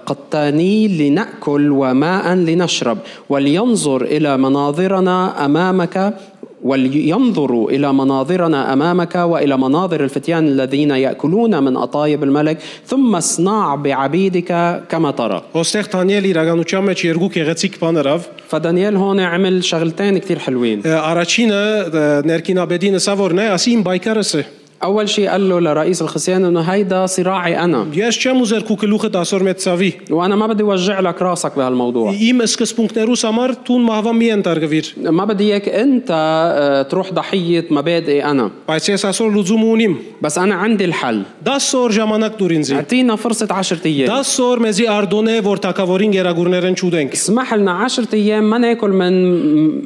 Speaker 2: القطاني لنأكل وماء لنشرب ولينظر إلى مناظرنا أمامك ولينظروا إلى مناظرنا أمامك وإلى مناظر الفتيان الذين يأكلون من أطايب الملك ثم اصنع بعبيدك كما ترى
Speaker 1: Ոստեղ Դանիել իրականության մեջ երկու գեղեցիկ բան արավ։
Speaker 2: فدانيال هون عمل شغلتين كثير حلوين
Speaker 1: Ա, Առաջինը ը, ներքինաբեդին ըսավ որ նա ասի իմ բայկարս է։
Speaker 2: أول شيء قال له لرئيس الخصيان إنه هيدا صراعي أنا
Speaker 1: Ես չեմ ուզեր քու գլուխը 10 օր մեծ ցավի։
Speaker 2: وأنا ما بدي وجع لك راسك بهالموضوع
Speaker 1: Իմ սկզբունքներուս համար տուն մահվան մի ընտարգվիր։
Speaker 2: ما بدي اياك انت آه، تروح ضحيه مبادئي انا
Speaker 1: Բայց ես ասոր լուծում ունիմ։
Speaker 2: بس انا عندي الحل
Speaker 1: 10 օր ժամանակ դուր ինձ։
Speaker 2: اعطينا فرصه 10 ايام
Speaker 1: 10 օր մեզի արդոնե որ տակավորին գերագուրներեն չուդենք։
Speaker 2: اسمح لنا 10 ايام ما ناكل من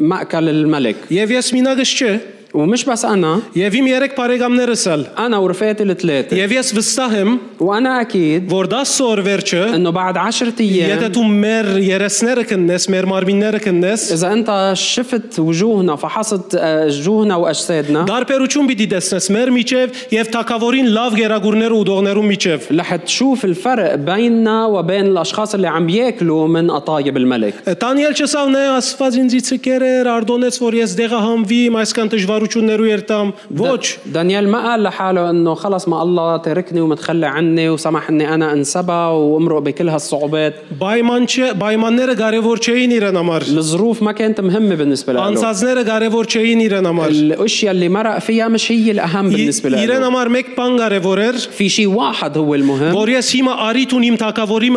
Speaker 2: ماكل الملك
Speaker 1: Եվ ես մինագս չէ։
Speaker 2: ومش بس انا
Speaker 1: Եվ իմ երեք բարեկամներս էլ։
Speaker 2: انا ورفقاتي الثلاثه
Speaker 1: Եվ ես վստահ եմ,
Speaker 2: وانا اكيد
Speaker 1: որ 10 օր վերջը
Speaker 2: انه بعد 10
Speaker 1: եթե
Speaker 2: ايام
Speaker 1: դու մեր երեսները կնես, մեր մարմինները կնես,
Speaker 2: اذا انت شفت وجوهنا فحصت آه، وجوهنا
Speaker 1: طيب.
Speaker 2: واجسادنا
Speaker 1: Դարբերություն պիտի տեսնես մեր միջև եւ թակավորին լավ գերագուրներ ու ուդողներու միջև։
Speaker 2: رح تشوف الفرق بيننا وبين الاشخاص اللي عم ياكلوا من قطايب الملك
Speaker 1: Դանիել չսավն է ասված ինձի ցկերեր արդոնեց որ ես դեղը համվիմ այսքան դժվարություններու երտամ ոչ
Speaker 2: دانيال ما قال لحاله انه خلص ما الله تركني ومتخلى عني وسمح اني انا انسبى وامرق بكل هالصعوبات
Speaker 1: պայման չէ պայմանները կարևոր չէին իրեն համար
Speaker 2: الظروف ما كانت مهمه بالنسبه له
Speaker 1: անցածները կարևոր չէին իրեն համար ի-
Speaker 2: الاشياء اللي مرق فيها مش هي الاهم بالنسبه
Speaker 1: իրեն
Speaker 2: له
Speaker 1: համար մեկ բան կարևոր էր
Speaker 2: في شيء واحد هو المهم
Speaker 1: որ ես հիմա արիտ ունիմ թակավորի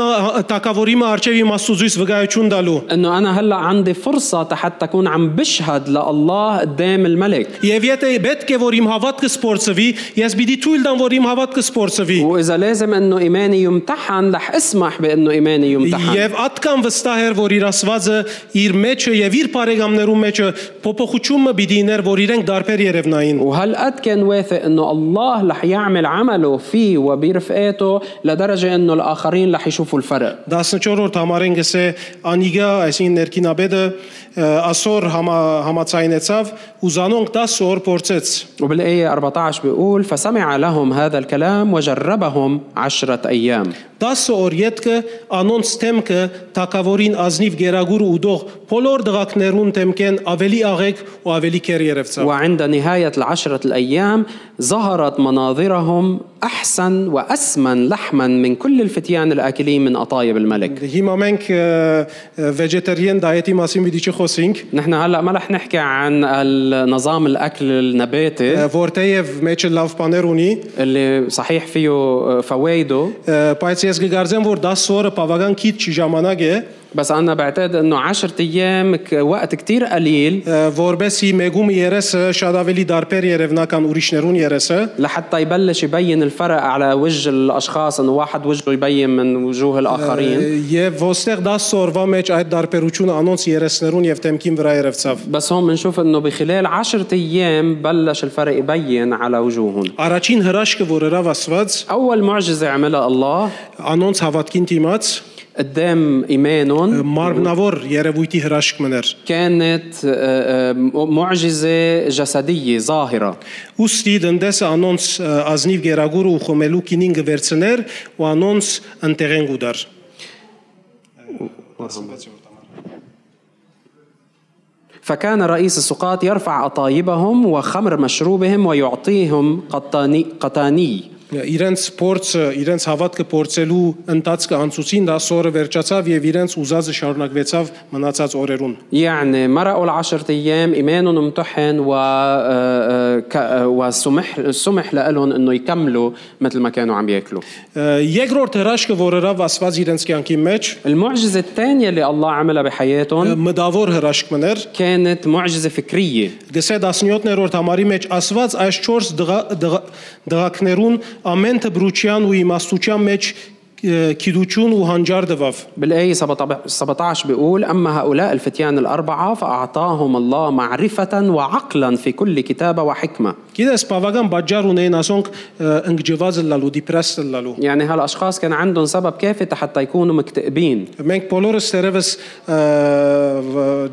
Speaker 1: թակավորի արջև իմ աստուծույս վկայություն դալու
Speaker 2: انه انا هلا عندي فرصه حتى اكون عم بشهد لله قدام الملك
Speaker 1: Եվ եթե պետք է որ իմ հավատքը սփորձվի, ես պիտի թույլ տամ որ իմ հավատքը սփորձվի։
Speaker 2: واذا لازم انه ايماني يمتحن رح اسمح بانه ايماني يمتحن
Speaker 1: Եվ ատկան վստահ էր, որ իր ասվածը իր մեջը եւ իր բարեկամներու մեջը փոփոխությունը պիտի իներ, որ իրենք դարբեր երևնային։
Speaker 2: وهالقد كان واثق انه الله رح يعمل عمله فيه وبرفقاته لدرجه انه الاخرين رح يشوفوا الفرق
Speaker 1: 14-րդ համարեն գսե Անիգա, այսինքն ներքինաբեդը ասոր համա, համացայնեցավ ու զանոնք 10 օր փորձեց։
Speaker 2: وبالآية 14 بيقول فسمع لهم هذا الكلام وجربهم عشرة أيام
Speaker 1: 10 օր յետքը անոնց թեմքը թակավորին ազնիվ գերագուր ու դող բոլոր դղակներուն թեմքեն ավելի աղեկ ու ավելի քեր երևցավ։
Speaker 2: وعند نهاية العشرة الأيام ظهرت مناظرهم أحسن وأسمن لحما من كل الفتيان الآكلين من أطايب الملك
Speaker 1: Հիմա մենք վեգետարիան դայեթի մասին մի դիճի խոսենք։
Speaker 2: نحن هلأ ما رح نحكي عن النظام الأكل
Speaker 1: أه.
Speaker 2: النباتي
Speaker 1: որտեև մեջը լավ բաներ ունի,
Speaker 2: اللي صحيح فيه فوائده
Speaker 1: ը, բայց ես գկարձեմ, որ 10 օրը բավական քիչ ժամանակ է,
Speaker 2: بس أنا بعتقد أنه عشرة أيام ك- وقت كتير قليل
Speaker 1: ը, որբեսի մեգում երեսը շատ ավելի դարբեր երևնական ուրիշներուն երեսը,
Speaker 2: لحتى يبلش يبين الفرق على وجه الاشخاص انه واحد وجهه يبين من وجوه
Speaker 1: ը,
Speaker 2: الاخرين
Speaker 1: եւ ոստեղ 10 օրվա մեջ այդ դարբերությունը անոնց երեսներուն եւ թեմքին վրա երևցավ։
Speaker 2: بس هون بنشوف انه بخلال عشرة ايام بلش الفرق يبين على وجوههم
Speaker 1: Առաջին հրաշքը, որ հրավ ասված,
Speaker 2: اول معجزه عملها الله
Speaker 1: անոնց հավատքին դիմաց
Speaker 2: قدام ايمانهم
Speaker 1: մարմնավոր երևույթի հրաշք մներ։
Speaker 2: كانت آه، آه، معجزه جسديه ظاهره
Speaker 1: Ոստի դնդեսը անոնց ը, ազնիվ գերագուր ու խոմելու կինին գվերցներ ու անոնց ընտեղեն գուդար։
Speaker 2: فكان رئيس السقاط يرفع أطايبهم وخمر مشروبهم ويعطيهم قطاني, قطاني
Speaker 1: իրենց փորձը, իրենց հավատքը փորձելու ընթացքը անցուցին, դա սորը վերջացավ եւ իրենց ուզածը շարունակվեցավ մնացած օրերուն։
Speaker 2: يعني مرقوا العشرة أيام إيمانهم امتحن و آه، آه، ك- آه، وسمح سمح لهم إنه يكملوا مثل ما كانوا عم ياكلوا
Speaker 1: Երկրորդ հրաշքը, որ հրավ ասված իրենց կյանքի մեջ,
Speaker 2: المعجزة الثانية اللي الله عملها بحياتهم
Speaker 1: մտավոր հրաշքն էր,
Speaker 2: كانت معجزة فكرية
Speaker 1: Գսե 17-րդ համարի մեջ ասված այս 4 դղակներուն ամեն դբրուչյան ու իմաստության մեջ ը, քիդուչուն ու հանջար դվավ։
Speaker 2: بالآية 17 بيقول أما هؤلاء الفتيان الأربعة فأعطاهم الله معرفة وعقلا في كل كتابة وحكمة
Speaker 1: Գիտես, բավական բաժար ունեին ասոնք ը, ընկճված լալու, դիպրես լալու։
Speaker 2: يعني هالأشخاص كان عندهم سبب كافي حتى يكونوا مكتئبين
Speaker 1: Մենք բոլորս ծերևս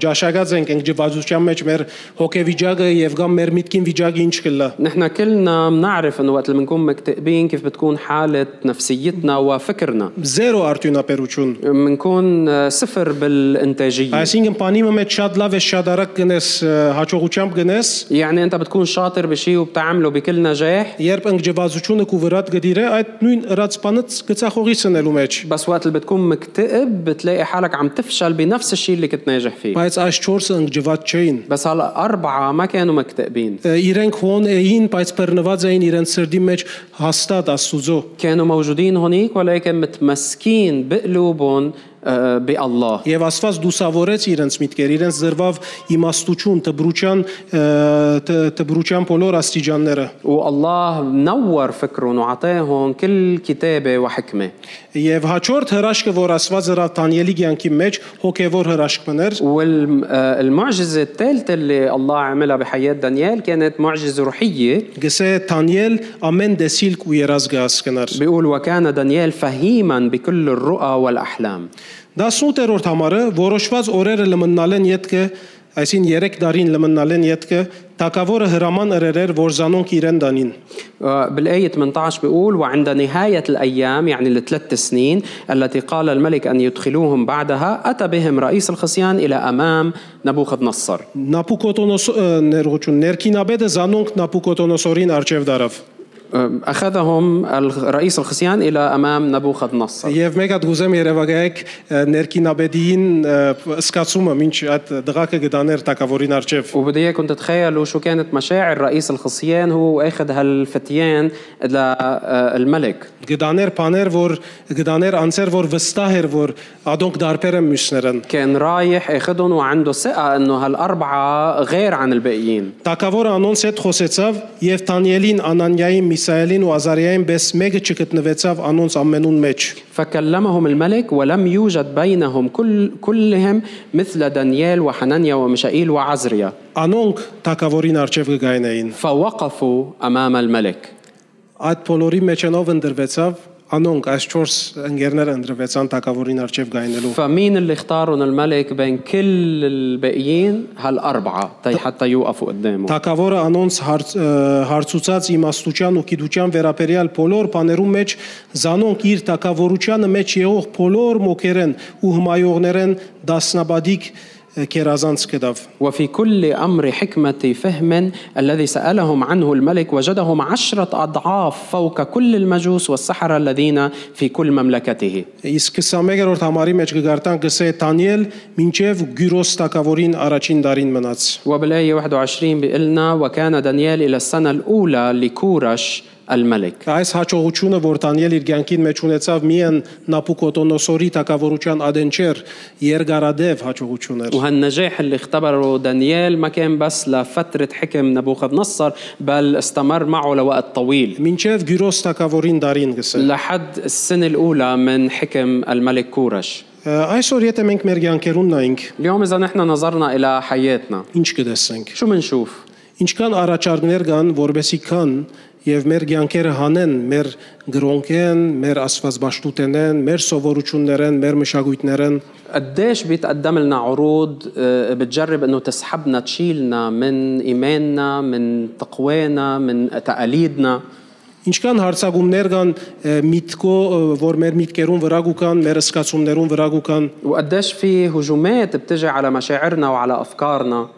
Speaker 1: ճաշակած ենք ընկճվածության մեջ մեր հոգեվիճակը եւ կամ մեր միտքին վիճակը ինչ կլա։
Speaker 2: نحن كلنا بنعرف انه وقت اللي بنكون مكتئبين كيف بتكون حالة نفسيتنا وفكرنا
Speaker 1: Զերո արդյունաբերություն։
Speaker 2: بنكون آه، صفر بالإنتاجية
Speaker 1: Այսինքն բանիմը մեջ շատ լավ է, շատ արագ գնես ը, հաջողությամբ գնես,
Speaker 2: يعني أنت بتكون شاطر بشيء وبتعمله بكل نجاح
Speaker 1: Երբ ընկճվածությունը կու վրատ գդիրե, այդ նույն ռացպանից գծախողի սնելու մեջ։
Speaker 2: بس وقت اللي بتكون مكتئب بتلاقي حالك عم تفشل بنفس الشيء اللي كنت ناجح فيه
Speaker 1: Բայց այս 4-ը ընկճված չէին։
Speaker 2: بس هلا أربعة ما كانوا مكتئبين
Speaker 1: Ը, Իրենք հոն էին, բայց բռնված էին իրենց սրդի մեջ հաստատ Աստուծո։
Speaker 2: كانوا موجودين هونيك ولكن متمسكين بقلوبهم آه، بالله
Speaker 1: Եվ Աստված դուսավորեց իրենց միտքեր, իրենց զրվավ իմաստություն, տբրուճան, ը, տ- տբրուճան բոլոր աստիճանները։
Speaker 2: والله نور فكرهم وعطاهم كل كتابة وحكمة
Speaker 1: Եվ հաջորդ հրաշքը, որ Աստված հրավ Դանիելի ցանկի մեջ հոգևոր հրաշքն էր,
Speaker 2: والمعجزة الثالثة اللي الله عملها بحياة دانيال كانت معجزة روحية
Speaker 1: գսե Դանիել ամեն դեսիլք ու երազգ հասկնար։
Speaker 2: بيقول وكان دانيال فهيما بكل الرؤى والأحلام
Speaker 1: 18-րդ համարը որոշված օրերը լմնալեն յետքը, այսին 3 դարին լմնալեն յետքը, Թակավորը հրաման ըրերեր, որ զանոնք իրեն դանին։
Speaker 2: آه، بالآية 18 بيقول وعند نهاية الأيام يعني الثلاث سنين التي قال الملك أن يدخلوهم بعدها أتى بهم رئيس الخصيان إلى أمام نبوخذ نصر
Speaker 1: Նապուկոտոնոս ը, ներողություն, ներքինաբեդը զանոնք Նապուկոտոնոսորին արջև դարավ։
Speaker 2: آه، أخذهم الخ- رئيس الخصيان إلى أمام نبوخذ نصر
Speaker 1: Եվ մեկ հատ գուզեմ Երևանայեք ներքինաբեդին ը, սկացումը, ինչ այդ դղակը գտաներ Թակավորին արջև։
Speaker 2: وبدي اياكم تتخيلوا شو كانت مشاعر رئيس الخصيان هو اخذ هالفتيان آه، للملك
Speaker 1: Գտաներ բաներ, որ գտաներ անձեր, որ վստահ էր, որ ադոնք դարբեր են մյուսներն։
Speaker 2: كان رايح اخذهم وعنده ثقه انه هالاربعه غير عن الباقيين
Speaker 1: Տակավորը անոնց հետ խոսեցավ եւ Դանիելին, Անանյային, Միսայելին ու Ազարիային բես մեկը չգտնվեցավ անոնց ամենուն մեջ։
Speaker 2: فكلمهم الملك ولم يوجد بينهم كل كلهم مثل دانيال وحنانيا ومشائيل وعزريا
Speaker 1: Անոնք Տակավորին արժեվ գայնային։
Speaker 2: فوقفوا امام الملك
Speaker 1: Այդ բոլորի մեջ անով ընդրվեցավ անոնք այս 4 ընկերները ընդրվեցան Տակավորին արժեվ գայնելու։
Speaker 2: فمين اللي اختارهم الملك بين كل الباقيين هالاربعه تي حتى يوقفوا قدامه
Speaker 1: Տակավորը անոնց հարց- ը, հարցուցած իմաստության ու գիտության վերաբերյալ բոլոր բաներու մեջ զանոնք իր Տակավորությանը մեջ եղող բոլոր մոկերեն ու հմայողներեն դասնաբադիկ ը, կերազանց կդավ։
Speaker 2: وفي كل أمر حكمة فهم الذي سألهم عنه الملك وجدهم عشرة أضعاف فوق كل المجوس والسحرة الذين في كل مملكته
Speaker 1: Իսկ 21-րդ համարի մեջ կգարտան գսե Դանիել մինչև Գյուրոս տակավորին առաջին դարին մնաց։
Speaker 2: وبالآية 21 بيقلنا وكان دانيال إلى السنة الأولى لكورش الملك
Speaker 1: Այս հաջողությունը, որ Դանիել իր ցանկին մեջ ունեցավ, միայն Նապուկոտոնոսորի տակավորության ադեն չէր, երկարադև հաջողություն
Speaker 2: հա-
Speaker 1: էր։
Speaker 2: وهالنجاح اللي اختبره دانيال ما كان بس لفترة حكم نبوخذ نصر بل استمر معه لوقت طويل
Speaker 1: Մինչև Գյուրոս տակավորին դարին գսե։
Speaker 2: لحد السنة الأولى من حكم الملك كورش
Speaker 1: Ա, Այսօր եթե մենք մեր ցանկերուն նայենք,
Speaker 2: اليوم إذا نحن نظرنا إلى حياتنا
Speaker 1: ինչ կտեսնենք։
Speaker 2: شو منشوف؟
Speaker 1: Ինչքան առաջարկներ կան, որբեսի կան Եվ մեր ցանկերը հանեն, մեր գրոնքեն, մեր աստվածաշտուտենեն, մեր սովորություններեն, մեր մշակույթներեն
Speaker 2: قديش بيتقدم لنا عروض آه، بتجرب انه تسحبنا تشيلنا من ايماننا من تقوانا من تقاليدنا
Speaker 1: Ինչքան հարցակումներ կան ը, միտքո, ը, որ մեր միտքերուն վրա գուքան, մեր սկացումներուն վրա գուքան,
Speaker 2: وقديش في هجومات بتجي على مشاعرنا وعلى افكارنا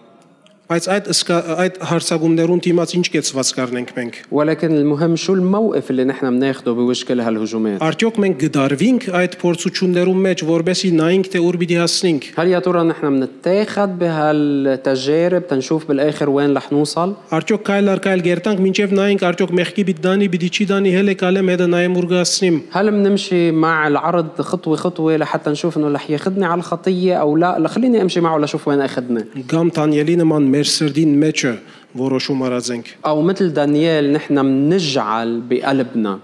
Speaker 1: բայց այդ սկա- այդ հարցակումներուն դիմաց ինչ կեցված կառնենք մենք։
Speaker 2: ولكن المهم شو الموقف اللي نحن بناخده بوجه كل هالهجومات
Speaker 1: Արդյոք մենք գդարվինք այդ փորձություններուն մեջ, որբեսի նայինք թե ուր պիտի հասնենք։
Speaker 2: هل يا ترى نحن بنتاخد بهالتجارب تنشوف بالاخر وين رح نوصل
Speaker 1: Արդյոք կայլ առ կայլ գերտանք, մինչև նայինք արդյոք մեղքի պիտի դանի, պիտի չի դանի, հել է կալեմ հետը նայեմ ուր գասնիմ։
Speaker 2: هل بنمشي مع العرض خطوه خطوه لحتى نشوف انه رح ياخذني على الخطيه او لا لا خليني امشي معه لشوف وين اخذني
Speaker 1: Գամ Դանիելի նման մեր սրդին մեջը որոշում արածենք։
Speaker 2: او مثل دانيال نحن بنجعل بقلبنا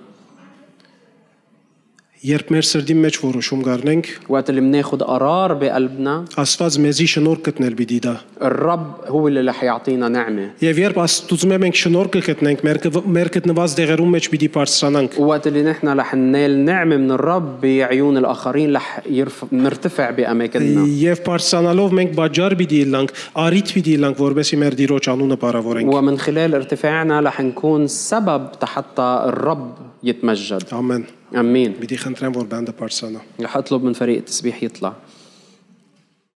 Speaker 1: Երբ մեր սրդին մեջ որոշում կառնենք,
Speaker 2: وقت اللي بناخد قرار بقلبنا
Speaker 1: Աստված մեզի շնորհ գտնել պիտի դա։
Speaker 2: الرب هو اللي رح يعطينا نعمه
Speaker 1: Եվ երբ Աստծո մենք շնորհ գտնենք, մեր կվ- մեր գտնված դեղերում մեջ պիտի բարձրանանք։
Speaker 2: وقت اللي نحن رح ننال نعمه من الرب بعيون الاخرين رح يرف... نرتفع باماكننا
Speaker 1: Եվ բարձրանալով մենք բաժար պիտի իլանք, արիթ պիտի իլանք, որովհետև մեր Տիրոջ անունը բարավորենք։
Speaker 2: ومن خلال ارتفاعنا رح نكون سبب حتى الرب يتمجد
Speaker 1: Ամեն։
Speaker 2: امين
Speaker 1: Պիտի խնդրեմ, որ բանդը բարձրանա։
Speaker 2: رح اطلب من فريق التسبيح يطلع